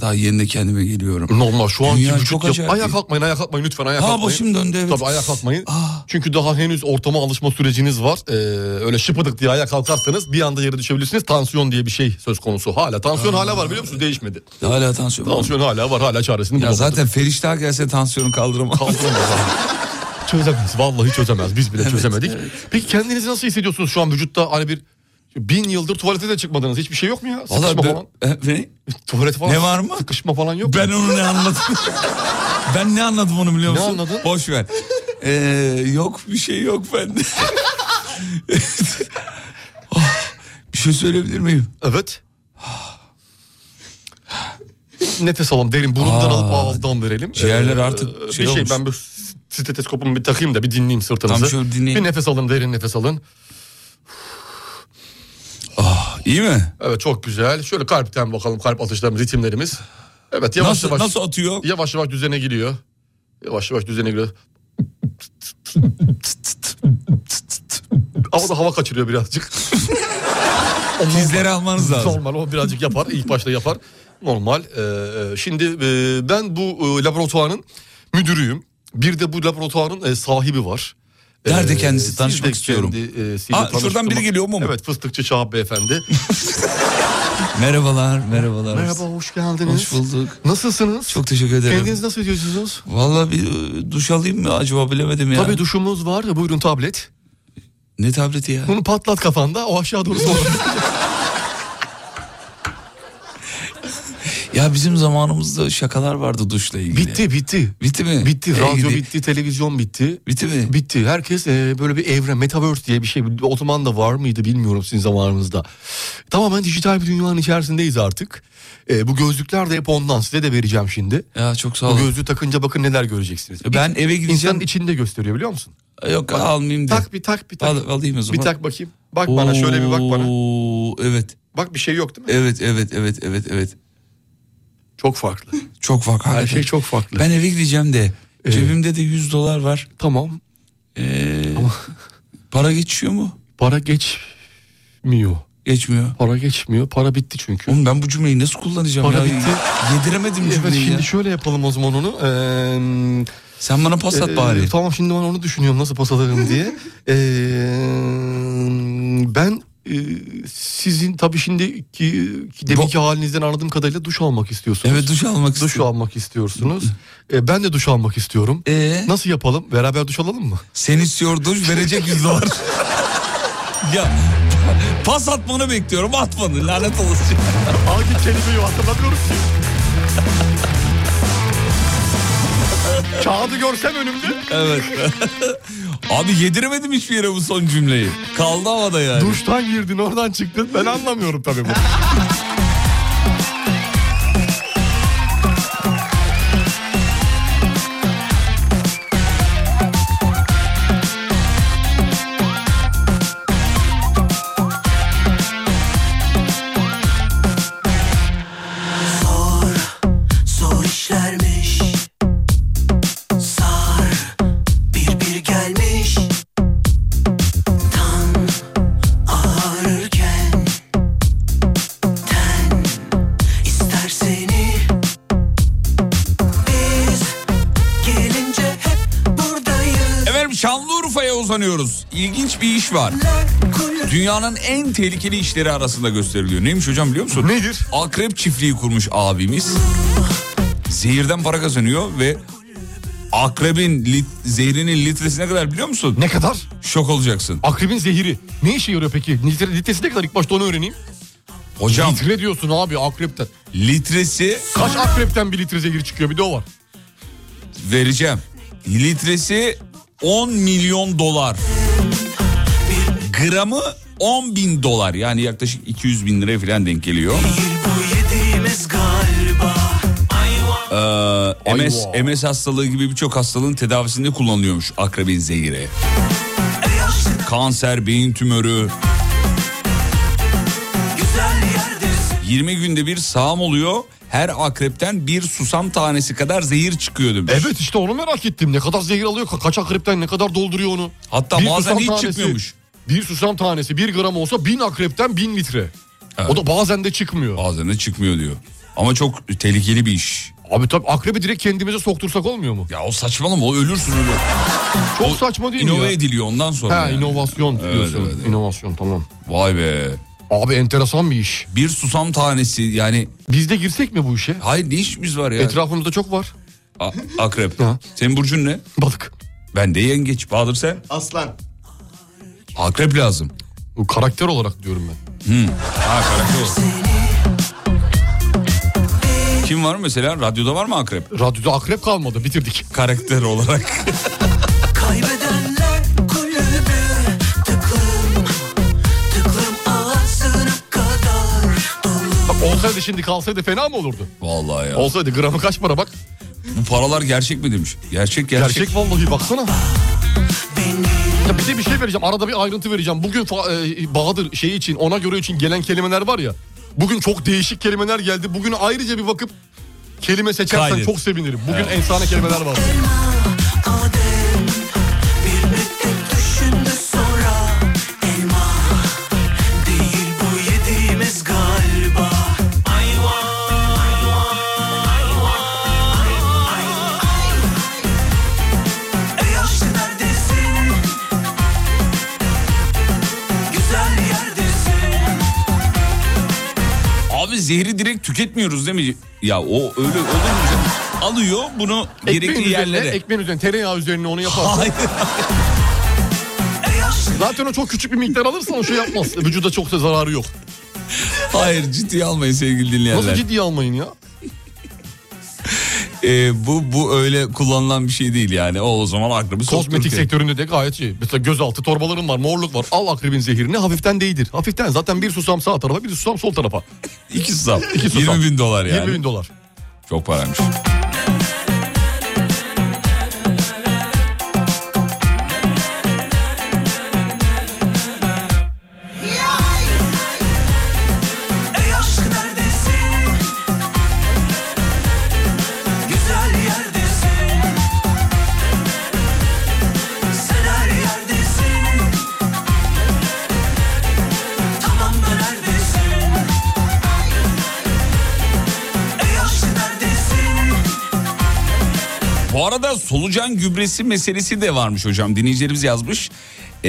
C: daha yeni de kendime geliyorum.
D: Normal şu anki
C: Dünya
D: vücut
C: çok
D: yap-
C: acayip.
D: Ayağa kalkmayın ayağa kalkmayın lütfen ayağa
C: Ha,
D: kalkmayın.
C: başım döndü, evet. Ah.
D: Tabii ayağa kalkmayın. Çünkü daha henüz ortama alışma süreciniz var. Ee, öyle şıpıdık diye ayağa kalkarsanız bir anda yere düşebilirsiniz. Tansiyon diye bir şey söz konusu. Hala tansiyon
C: Aa.
D: hala var biliyor musunuz değişmedi.
C: Hala tansiyon var.
D: Tansiyon hala var hala çaresini
C: Ya
D: bulamadık.
C: zaten Feriştah gelse tansiyonu kaldıramaz.
D: Çözemez vallahi çözemez biz bile çözemedik. Peki kendinizi nasıl hissediyorsunuz şu an vücutta hani bir bin yıldır tuvalete de çıkmadınız hiçbir şey yok mu ya? Sıkışma
C: Valla ben-
D: falan.
C: ne?
D: Tuvalet falan.
C: Ne var mı?
D: Sıkışma falan yok
C: Ben onu ne anladım? ben ne anladım onu biliyor
D: Ne
C: musun?
D: anladın?
C: Boş ver. Ee, yok bir şey yok bende. Ah, bir şey söyleyebilir miyim?
D: Evet. Nefes alalım derin burundan
C: Aa,
D: alıp ağızdan verelim.
C: ciğerler artık
D: bir
C: şey
D: şey
C: olmuş.
D: ben bir stetoskopumu bir takayım da bir dinleyeyim sırtınızı.
C: Tamam, şöyle dinleyin.
D: Bir nefes alın derin nefes alın.
C: İyi mi?
D: Evet çok güzel. Şöyle kalpten bakalım kalp atışlarımız, ritimlerimiz. Evet yavaş
C: Nasıl-
D: yavaş.
C: nasıl atıyor?
D: Yavaş yavaş düzene giriyor. Yavaş yavaş düzene giriyor. Ama da hava kaçırıyor birazcık.
C: Tizleri almanız lazım.
D: Normal o birazcık yapar. ilk başta yapar. Normal. Ee, şimdi e, ben bu e, laboratuvarın müdürüyüm. Bir de bu laboratuvarın e, sahibi var.
C: Nerede
D: Ee,
C: kendisi?
D: siz de
C: Tanışmak istiyorum.
D: kendisiyle
C: Aa, şuradan
D: tanıştım.
C: biri geliyor mu?
D: Evet fıstıkçı Şahap Beyefendi.
C: Merhabalar, merhabalar.
D: Merhaba hoş geldiniz.
C: Hoş bulduk.
D: Nasılsınız?
C: Çok teşekkür ederim.
D: Kendiniz nasıl ediyorsunuz?
C: Vallahi bir e, duş alayım mı acaba bilemedim ya.
D: Tabii duşumuz var ya buyurun tablet.
C: Ne tableti ya?
D: Bunu patlat kafanda o aşağı doğru sola.
C: Ya bizim zamanımızda şakalar vardı duşla ilgili.
D: bitti bitti.
C: Bitti mi?
D: Bitti.
C: Ey
D: Radyo
C: gidi.
D: bitti, televizyon bitti.
C: Bitti mi?
D: Bitti. Herkes e, böyle bir evren, metaverse diye bir şey. O zaman da var mıydı bilmiyorum sizin zamanınızda. Tamamen dijital bir dünyanın içerisindeyiz artık. E, bu gözlükler de hep ondan. Size de vereceğim şimdi.
C: Ya çok sağ
D: bu
C: olun.
D: gözlüğü takınca bakın neler göreceksiniz.
C: E, Ben eve gideceğim.
D: İnsanın içinde gösteriyor biliyor musun?
C: Yok
D: Bak,
C: almayayım da.
D: Tak bir tak bir tak.
C: Al- alayım o zaman.
D: Bir tak bakayım. Bak bana şöyle bir bak bana.
C: Oo, Evet.
D: Bak bir şey yok değil mi?
C: Evet evet evet evet evet.
D: Çok farklı.
C: Çok farklı.
D: Her
C: hakikaten.
D: şey çok farklı. Ee.
C: Ben eve gideceğim de cebimde de 100 dolar var.
D: Tamam.
C: Ee, para geçiyor mu?
D: Para geçmiyor.
C: Geçmiyor.
D: Para geçmiyor. Para bitti çünkü.
C: Oğlum ben bu cümleyi nasıl kullanacağım
D: Para
C: ya?
D: bitti.
C: Yediremedim
D: Evet
C: cümleyi
D: şimdi
C: ya.
D: şöyle yapalım o zaman onu. Ee,
C: Sen bana pas at
D: Ee,
C: bari.
D: Tamam şimdi ben onu düşünüyorum nasıl pas atarım diye. Ee, ben e, sizin tabii şimdiki ki deminki halinizden anladığım kadarıyla duş almak istiyorsunuz.
C: Evet duş almak
D: Duş
C: istiyorum.
D: almak istiyorsunuz. Ee, ben de duş almak istiyorum.
C: Ee,
D: Nasıl yapalım? Beraber duş alalım mı?
C: sen istiyor duş verecek 100 dolar. ya pas atmanı bekliyorum atmadın lanet olsun.
D: Hangi kelimeyi hatırlamıyorum ki. Kağıdı görsem önümde.
C: Evet. Abi yediremedim hiçbir yere bu son cümleyi. Kaldı havada yani.
D: Duştan girdin oradan çıktın. Ben anlamıyorum tabii bunu.
M: Zor işlermiş Sar Bir bir gelmiş Tan Ağrırken
C: Efendim Şanlıurfa'ya uzanıyoruz. İlginç bir iş var. Dünyanın en tehlikeli işleri arasında gösteriliyor. Neymiş hocam biliyor musun? Nedir? Akrep çiftliği kurmuş abimiz. Zehirden para kazanıyor ve akrebin lit- zehrinin litresine kadar biliyor musun? Ne kadar? Şok olacaksın.
D: Akrebin zehiri. Ne işe yarıyor peki? Litre, litresi ne kadar ilk başta onu öğreneyim.
C: Hocam.
D: Litre diyorsun abi akrepten.
C: Litresi.
D: Kaç akrepten bir litre zehir çıkıyor bir de o var.
C: Vereceğim. Litresi 10 milyon dolar. Gramı 10 bin dolar. Yani yaklaşık 200 bin liraya falan denk geliyor.
J: Yediğimiz galiba
C: Ee, MS, MS hastalığı gibi birçok hastalığın tedavisinde kullanılıyormuş akrebin zehiri. Kanser, beyin tümörü. 20 günde bir sağım oluyor. Her akrepten bir susam tanesi kadar zehir çıkıyor demiş.
D: Evet işte onu merak ettim. Ne kadar zehir alıyor? ka- Kaç akrepten ne kadar dolduruyor onu?
C: Hatta
D: susam
C: bazen hiç çıkmıyormuş.
D: Bir susam tanesi bir gram olsa bin akrepten bin litre. O da bazen de çıkmıyor.
C: Bazen de çıkmıyor diyor. Ama çok tehlikeli bir iş.
D: Abi tabii akrebi direkt kendimize soktursak olmuyor mu?
C: Ya o saçmalama o ölürsün öyle.
D: Çok saçma değil mi
C: İnove
D: ya?
C: ediliyor ondan sonra.
D: Ha, inovasyon diyorsun.
C: İnovasyon tamam. Vay be.
D: Abi enteresan bir iş.
C: Bir susam tanesi yani.
D: Biz de girsek mi bu işe?
C: Hayır ne işimiz var ya?
D: Etrafımızda çok var.
C: A- akrep. Senin burcun ne?
D: Balık.
C: Ben de yengeç. Bahadır sen?
K: Aslan.
C: Akrep lazım.
D: Bu karakter olarak diyorum ben.
C: Hmm. Ha karakter o. Kim var mesela? Radyoda var mı akrep?
D: Radyoda akrep kalmadı bitirdik.
C: Karakter olarak.
J: Kaybedenler kulübü Tıklım Tıklım ağzına kadar
D: Bak olsaydı şimdi kalsaydı fena mı olurdu?
C: Vallahi ya.
D: Olsaydı gramı kaç para bak.
C: Bu paralar gerçek mi demiş? Gerçek gerçek.
D: Gerçek, vallahi baksana. Ya bir de bir şey vereceğim. Arada bir ayrıntı vereceğim. Bugün fa- e, Bahadır şey için ona göre için gelen kelimeler var ya. Bugün çok değişik kelimeler geldi. Bugün ayrıca bir bakıp kelime seçersen
C: Kaydet.
D: çok sevinirim. Bugün
C: Evet.
D: efsane kelimeler var.
J: Düşündü sonra Elma Değil bu yediğimiz galiba Ayva Ayva Ey yaşlı neredesin? Güzel yerdesin
C: Abi zehri direkt tüketmiyoruz değil mi? Ya o öyle olur mu canım? Alıyor bunu gerekli
D: üzerine,
C: yerlere.
D: ekmeğin üzerine, tereyağı üzerine onu yaparsın. Zaten o çok küçük bir miktar alırsan o şey yapmaz. Vücuda çok da zararı yok.
C: Hayır ciddiye almayın sevgili dinleyenler.
D: Nasıl ciddiye almayın ya?
C: Ee, bu bu öyle kullanılan bir şey değil yani. O o zaman Şey, akrabı
D: Kozmetik
C: sokturur.
D: sektöründe de gayet iyi. Mesela gözaltı torbaların var, morluk var. Al akrebin zehirini hafiften değdir. Hafiften zaten bir susam sağ tarafa, bir susam sol tarafa.
C: İki susam.
D: İki susam.
C: 20 bin dolar yani.
D: 20 bin dolar.
C: Çok paraymış.
J: Ey aşk neredesin? Güzel yerdesin Sen her yerdesin Tamam da neredesin? Ey aşk neredesin?
C: Bu arada solucan gübresi meselesi de varmış hocam. Dinleyicilerimiz yazmış. Ee,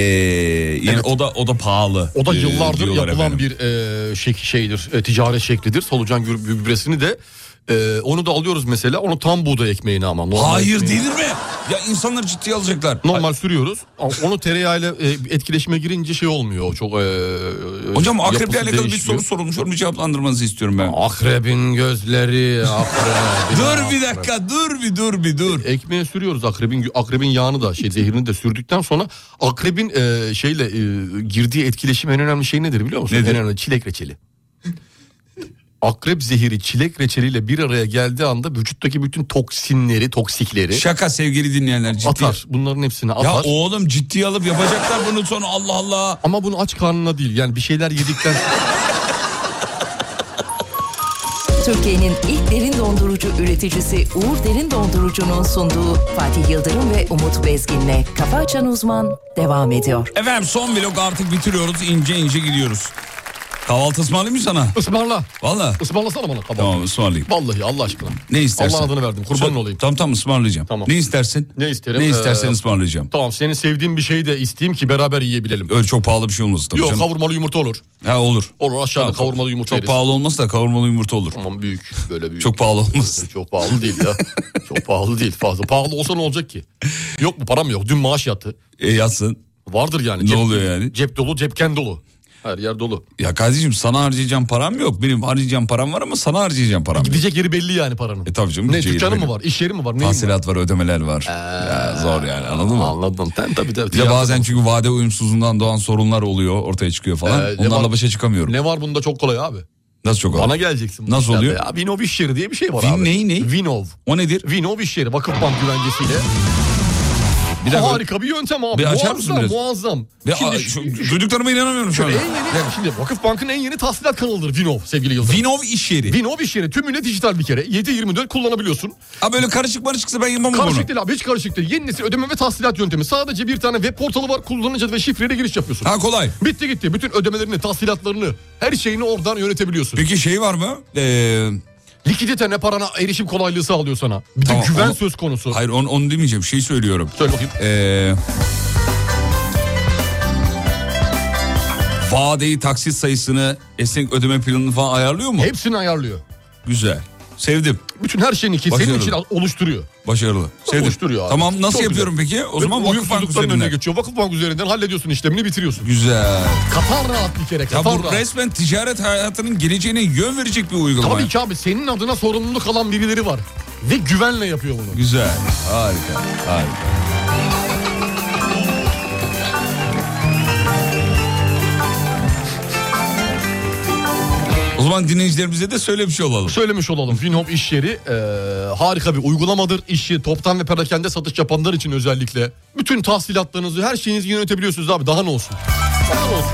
C: yani o da o da pahalı.
D: O da
C: ee,
D: yıllardır
C: diyorlar
D: yapılan
C: efendim.
D: bir e, şey, şeydir, e, ticaret şeklidir. Solucan gü- gübresini de e, onu da alıyoruz mesela. Onu tam buğday ekmeğini ama. normal
C: Hayır
D: ekmeğini.
C: değil mi? Ya insanlar ciddiye alacaklar.
D: Normal sürüyoruz. A- Onu tereyağıyla e, etkileşime girince şey olmuyor. o Çok e,
C: Hocam akreple
D: yapısı
C: alakalı bir
D: değişmiyor.
C: soru sorulmuş. Onu cevaplandırmanızı istiyorum ben.
D: Akrebin gözleri, akrep.
C: Dur bir dakika, dur bir dur bir dur.
D: Ekmeğe sürüyoruz akrebin akrebin yağını da şey zehirini de sürdükten sonra akrebin e, şeyle e, girdiği etkileşim en önemli şey nedir biliyor musun?
C: Nedir?
D: En önemli çilek reçeli. Akrep zehiri çilek reçeliyle bir araya geldiği anda vücuttaki bütün toksinleri, toksikleri
C: Şaka sevgili dinleyenler ciddi.
D: atar. Bunların hepsini atar.
C: Ya oğlum ciddiye alıp yapacaklar bunu sonra Allah Allah.
D: Ama bunu aç karnına değil. Yani bir şeyler yedikten
A: Türkiye'nin ilk derin dondurucu üreticisi Uğur Derin Dondurucu'nun sunduğu Fatih Yıldırım ve Umut Bezgin'le Kafa Açan Uzman devam ediyor.
C: Efendim son vlog artık bitiriyoruz. ince ince gidiyoruz. Kahvaltı ısmarlayayım mı sana?
D: Ismarla.
C: Valla.
D: Ismarlasana bana kabak.
C: Tamam ısmarlayayım.
D: Vallahi Allah aşkına.
C: Ne istersen.
D: Allah adını verdim kurban
C: Sö-
D: olayım.
C: Tamam tamam ısmarlayacağım.
D: Tamam.
C: Ne istersin?
D: Ne isterim?
C: Ne istersen
D: Ee,
C: ısmarlayacağım.
D: Tamam senin sevdiğin bir şeyi de isteyeyim ki beraber yiyebilelim.
C: Öyle çok pahalı bir şey olmasın tabii
D: Yok
C: canım.
D: kavurmalı yumurta olur.
C: Ha olur.
D: Olur aşağıda kavurmalı yumurta
C: Çok
D: yeriz.
C: pahalı olmasa da kavurmalı yumurta olur.
D: Tamam büyük böyle büyük.
C: Çok pahalı olmasın.
D: Çok pahalı değil ya. Çok pahalı değil fazla. Pahalı olsa ne olacak ki? Yok mu param yok. Dün maaş yattı.
C: E yatsın.
D: Vardır yani.
C: Ne
D: Cep-
C: oluyor yani?
D: Cep dolu cepken dolu. Her yer dolu.
C: Ya kardeşim sana harcayacağım param yok. Benim harcayacağım param var ama sana harcayacağım param yok.
D: Gidecek yeri belli yani paranın.
C: E tabii canım.
D: ne
C: gideceği
D: dükkanı
C: yeri
D: mı
C: belli.
D: var? İş yeri mi var? Neyin var?
C: Tahsilat var, ödemeler
D: Ee,
C: var. Ya zor yani anladın mı?
D: Anladım. Ben tabii tabii.
C: Bir de bazen çünkü vade uyumsuzluğundan doğan sorunlar oluyor, ortaya çıkıyor falan.
D: Ee, ne
C: Onlarla
D: var-
C: başa çıkamıyorum.
D: Ne var bunda çok kolay abi.
C: Nasıl çok
D: Bana
C: ağır?
D: geleceksin. bu
C: Nasıl
D: işlerde
C: oluyor?
D: Ya. Vinov iş yeri diye bir şey var
C: Vin-
D: abi.
C: neyi, neyi?
D: Vinov.
C: O nedir?
D: Vinov iş yeri. Vakıfbank güvencesiyle.
C: Bir dakika.
D: Harika bir yöntem abi.
C: Bir açar
D: muazzam,
C: mısın biraz?
D: muazzam.
C: Ya,
D: Şimdi
C: aa,
D: şu- Ee,
C: şu- duyduklarıma inanamıyorum şu
D: en
C: anda.
D: yeni, şimdi Vakıfbank'ın en yeni tahsilat kanalıdır Vinov sevgili Yıldırım.
C: Vinov iş yeri.
D: Vinov iş yeri tümüyle dijital bir kere. 7-24 kullanabiliyorsun.
C: Ha böyle karışık barışıksa ben yapamam bunu.
D: Karışık değil abi hiç karışık değil. Yeni nesil ödeme ve tahsilat yöntemi. Sadece bir tane web portalı var. Kullanıcı ve şifreyle giriş yapıyorsun.
C: Ha kolay.
D: Bitti gitti. Bütün ödemelerini, tahsilatlarını, her şeyini oradan yönetebiliyorsun.
C: Peki şey var mı? Ee,
D: Likidite ne parana erişim kolaylığı sağlıyor sana. Bir de
C: Tamam,
D: güven
C: onu-
D: söz konusu.
C: hayır onu, onu demeyeceğim. Şey söylüyorum.
D: Söyle bakayım.
C: Ee, vadeyi taksit sayısını esnek ödeme planını falan ayarlıyor mu?
D: Hepsini ayarlıyor.
C: Güzel. Sevdim.
D: Bütün her şeyini ki senin
C: Bakıyorum.
D: için oluşturuyor.
C: Başarılı. Sevdim.
D: Oluşturuyor abi.
C: Tamam nasıl
D: Çok
C: yapıyorum
D: güzel.
C: peki? O
D: Ve
C: zaman Vakıfbank
D: uyumsuzlukların önüne
C: üzerinden.
D: geçiyor. Vakıfbank üzerinden hallediyorsun işlemini bitiriyorsun.
C: Güzel.
D: Kafan rahat bir kere.
C: Ya
D: Kafan
C: bu
D: rahat.
C: resmen ticaret hayatının geleceğine yön verecek bir uygulama.
D: Tabii ki abi senin adına sorumluluk alan birileri var. Ve güvenle yapıyor bunu.
C: Güzel. Harika. Harika. O zaman dinleyicilerimize de söylemiş olalım.
D: Söylemiş olalım Finhop iş yeri eee, harika bir uygulamadır. İşi toptan ve perakende satış yapanlar için özellikle. Bütün tahsilatlarınızı her şeyinizi yönetebiliyorsunuz abi daha ne olsun. Daha ne olsun.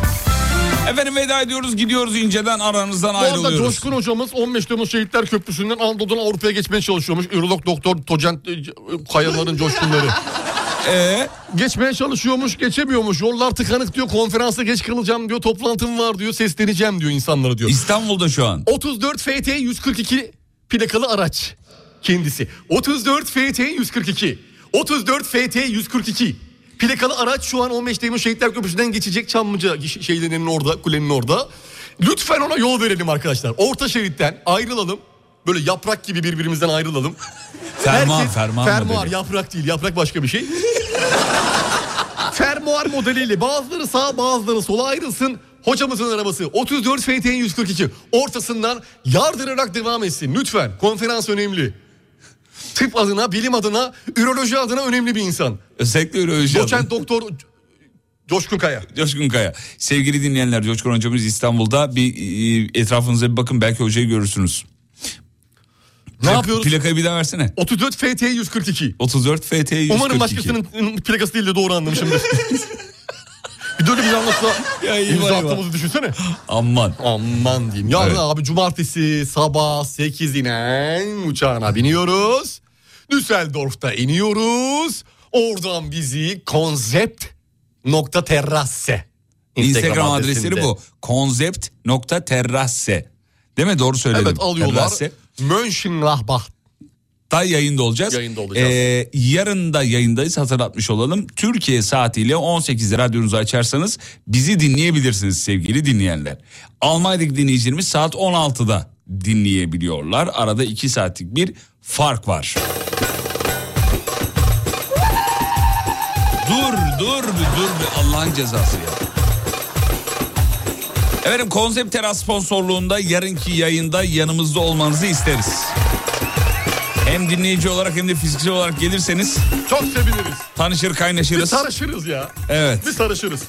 C: Efendim veda ediyoruz gidiyoruz inceden aranızdan
D: Bu arada
C: ayrılıyoruz.
D: Coşkun hocamız 15 Temmuz Şehitler Köprüsü'nden Anadolu'dan Avrupa'ya geçmeye çalışıyormuş. Ürolog doktor Tocent e, c- Kayaların coşkunları.
C: Ee,
D: Geçmeye çalışıyormuş, geçemiyormuş. Yollar tıkanık diyor, konferansa geç kalacağım diyor, toplantım var diyor, sesleneceğim diyor insanlara diyor.
C: İstanbul'da şu an.
D: 34 FT 142 plakalı araç kendisi. 34 FT 142. 34 FT 142. Plakalı araç şu an 15 Temmuz Şehitler Köprüsü'nden geçecek Çamlıca ş- şeylerinin orada, kulenin orada. Lütfen ona yol verelim arkadaşlar. Orta şeritten ayrılalım. Böyle yaprak gibi birbirimizden ayrılalım.
C: Fermuar,
D: Herkes-
C: fermuar modeli.
D: yaprak değil, yaprak başka bir şey. Fermuar modeliyle bazıları sağa bazıları sola ayrılsın. Hocamızın arabası 34 FT 142 ortasından yardırarak devam etsin. Lütfen konferans önemli. Tıp adına, bilim adına, üroloji adına önemli bir insan.
C: Özellikle üroloji adına.
D: Doçent doktor Coşkun Kaya.
C: Coşkun Kaya. Sevgili dinleyenler Coşkun hocamız İstanbul'da bir e, etrafınıza bir bakın belki hocayı görürsünüz.
D: Ne
C: Plak-
D: yapıyoruz?
C: Plakayı bir daha versene.
D: 34 FT 142.
C: 34 FT 142.
D: Umarım başkasının plakası değil de doğru anlamışımdır. bir dönüp bir anlatsa
C: Ya iyi
D: imza
C: var, iyi var.
D: attığımızı düşünsene.
C: Aman.
D: Aman diyeyim. Yarın
C: Evet.
D: abi cumartesi sabah 8 inen uçağına biniyoruz. Düsseldorf'ta iniyoruz. Oradan bizi konsept nokta terrasse.
C: Instagram, adresleri bu. Konsept.terrasse. Değil mi? Doğru söyledim.
D: Evet alıyorlar.
C: Terrasse.
D: Mönchengladbach.
C: Da yayında olacağız.
D: Yayında olacağız.
C: Ee, yarın da yayındayız hatırlatmış olalım. Türkiye saatiyle 18'de radyonuzu açarsanız bizi dinleyebilirsiniz sevgili dinleyenler. Almanya'daki dinleyicilerimiz saat 16'da dinleyebiliyorlar. Arada 2 saatlik bir fark var. Dur dur bir dur bir Allah'ın cezası ya. Efendim Konsept Teras sponsorluğunda yarınki yayında yanımızda olmanızı isteriz. Hem dinleyici olarak hem de fiziksel olarak gelirseniz
D: Çok seviniriz.
C: tanışır
D: Bir
C: kaynaşırız.
D: sarışırız ya.
C: Evet.
D: Bir sarışırız.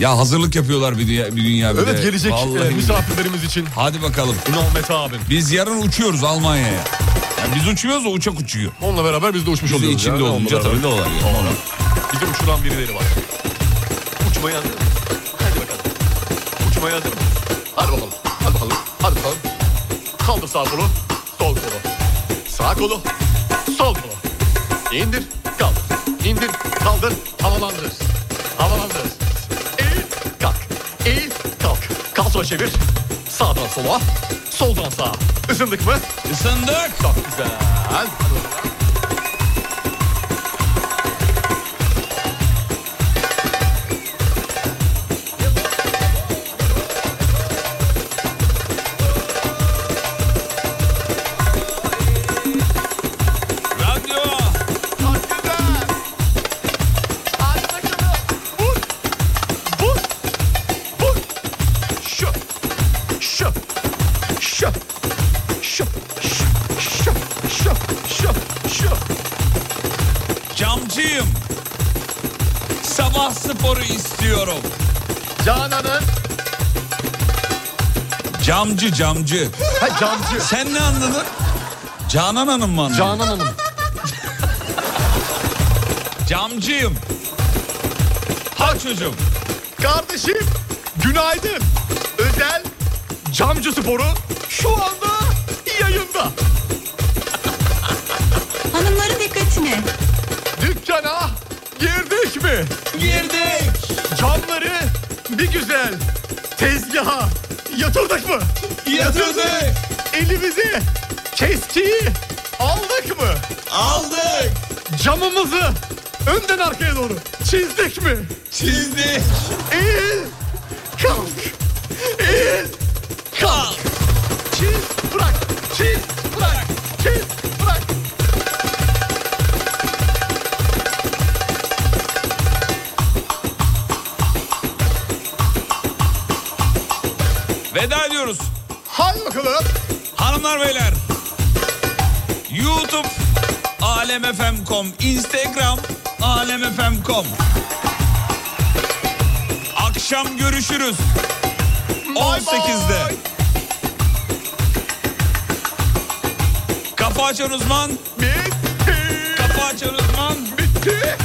D: ya
C: Ya hazırlık yapıyorlar bir dünya bir, dünya bir de.
D: Evet gelecek
C: Vallahi
D: e,
C: billahi.
D: misafirlerimiz için.
C: Hadi bakalım.
D: Ünal Mete abim.
C: Biz yarın uçuyoruz Almanya'ya. Ya biz uçuyoruz o uçak uçuyor.
D: Onunla beraber biz de uçmuş
C: Biz de
D: oluyoruz.
C: içinde
D: ya.
C: olunca
D: Onunla
C: tabii ne
D: beraber.
C: olay. ya.
D: Bir de uçuran birileri var. Uçmaya hazır mı? Hadi bakalım. Uçmaya hazır mı? Hadi bakalım. Hadi bakalım. Hadi bakalım. Kaldır sağ kolu. Sol kolu. Sağ kolu. Sol kolu. İndir. Kaldır. İndir. Kaldır. Havalandır. Havalandır. Eğil. Kalk. Eğil. Kalk. Kalça
H: Sağa çevir. Sağdan sola. Soldan sağa. Isındık mı? Isındık. Çok güzel. Hadi bakalım.
C: Radyo.
H: Vur. Vur. Şöp. Şöp. Şöp. Şöp. Şöp. Şöp. Şöp. Şöp. Şöp.
C: Camcıyım. Sabah sporu istiyorum.
H: Canan'ın.
C: Camcı camcı.
H: Ha camcı.
C: Sen ne anladın? Canan Hanım mı anladın? Canan
D: Hanım.
C: Camcıyım. Ha çocuğum.
H: Kardeşim günaydın. Özel camcı sporu şu anda yayında.
N: Hanımların dikkatine.
H: Dükkana girdik mi? Girdik. Camları bir güzel tezgaha yatırdık mı? Yatırdık. Elimizi keskiyi aldık mı? Aldık. Camımızı önden arkaya doğru çizdik mi? Çizdik. Eğil, kalk. Eğil, kalk. Çiz, bırak. Çiz, bırak. Çiz, bırak.
C: Veda ediyoruz.
H: Hadi bakalım.
C: Hanımlar beyler. YouTube alemfm.com Instagram alemfm.com Akşam görüşürüz. 18'de. Kafa açan uzman. Bitti. Kafa açan uzman. Bitti.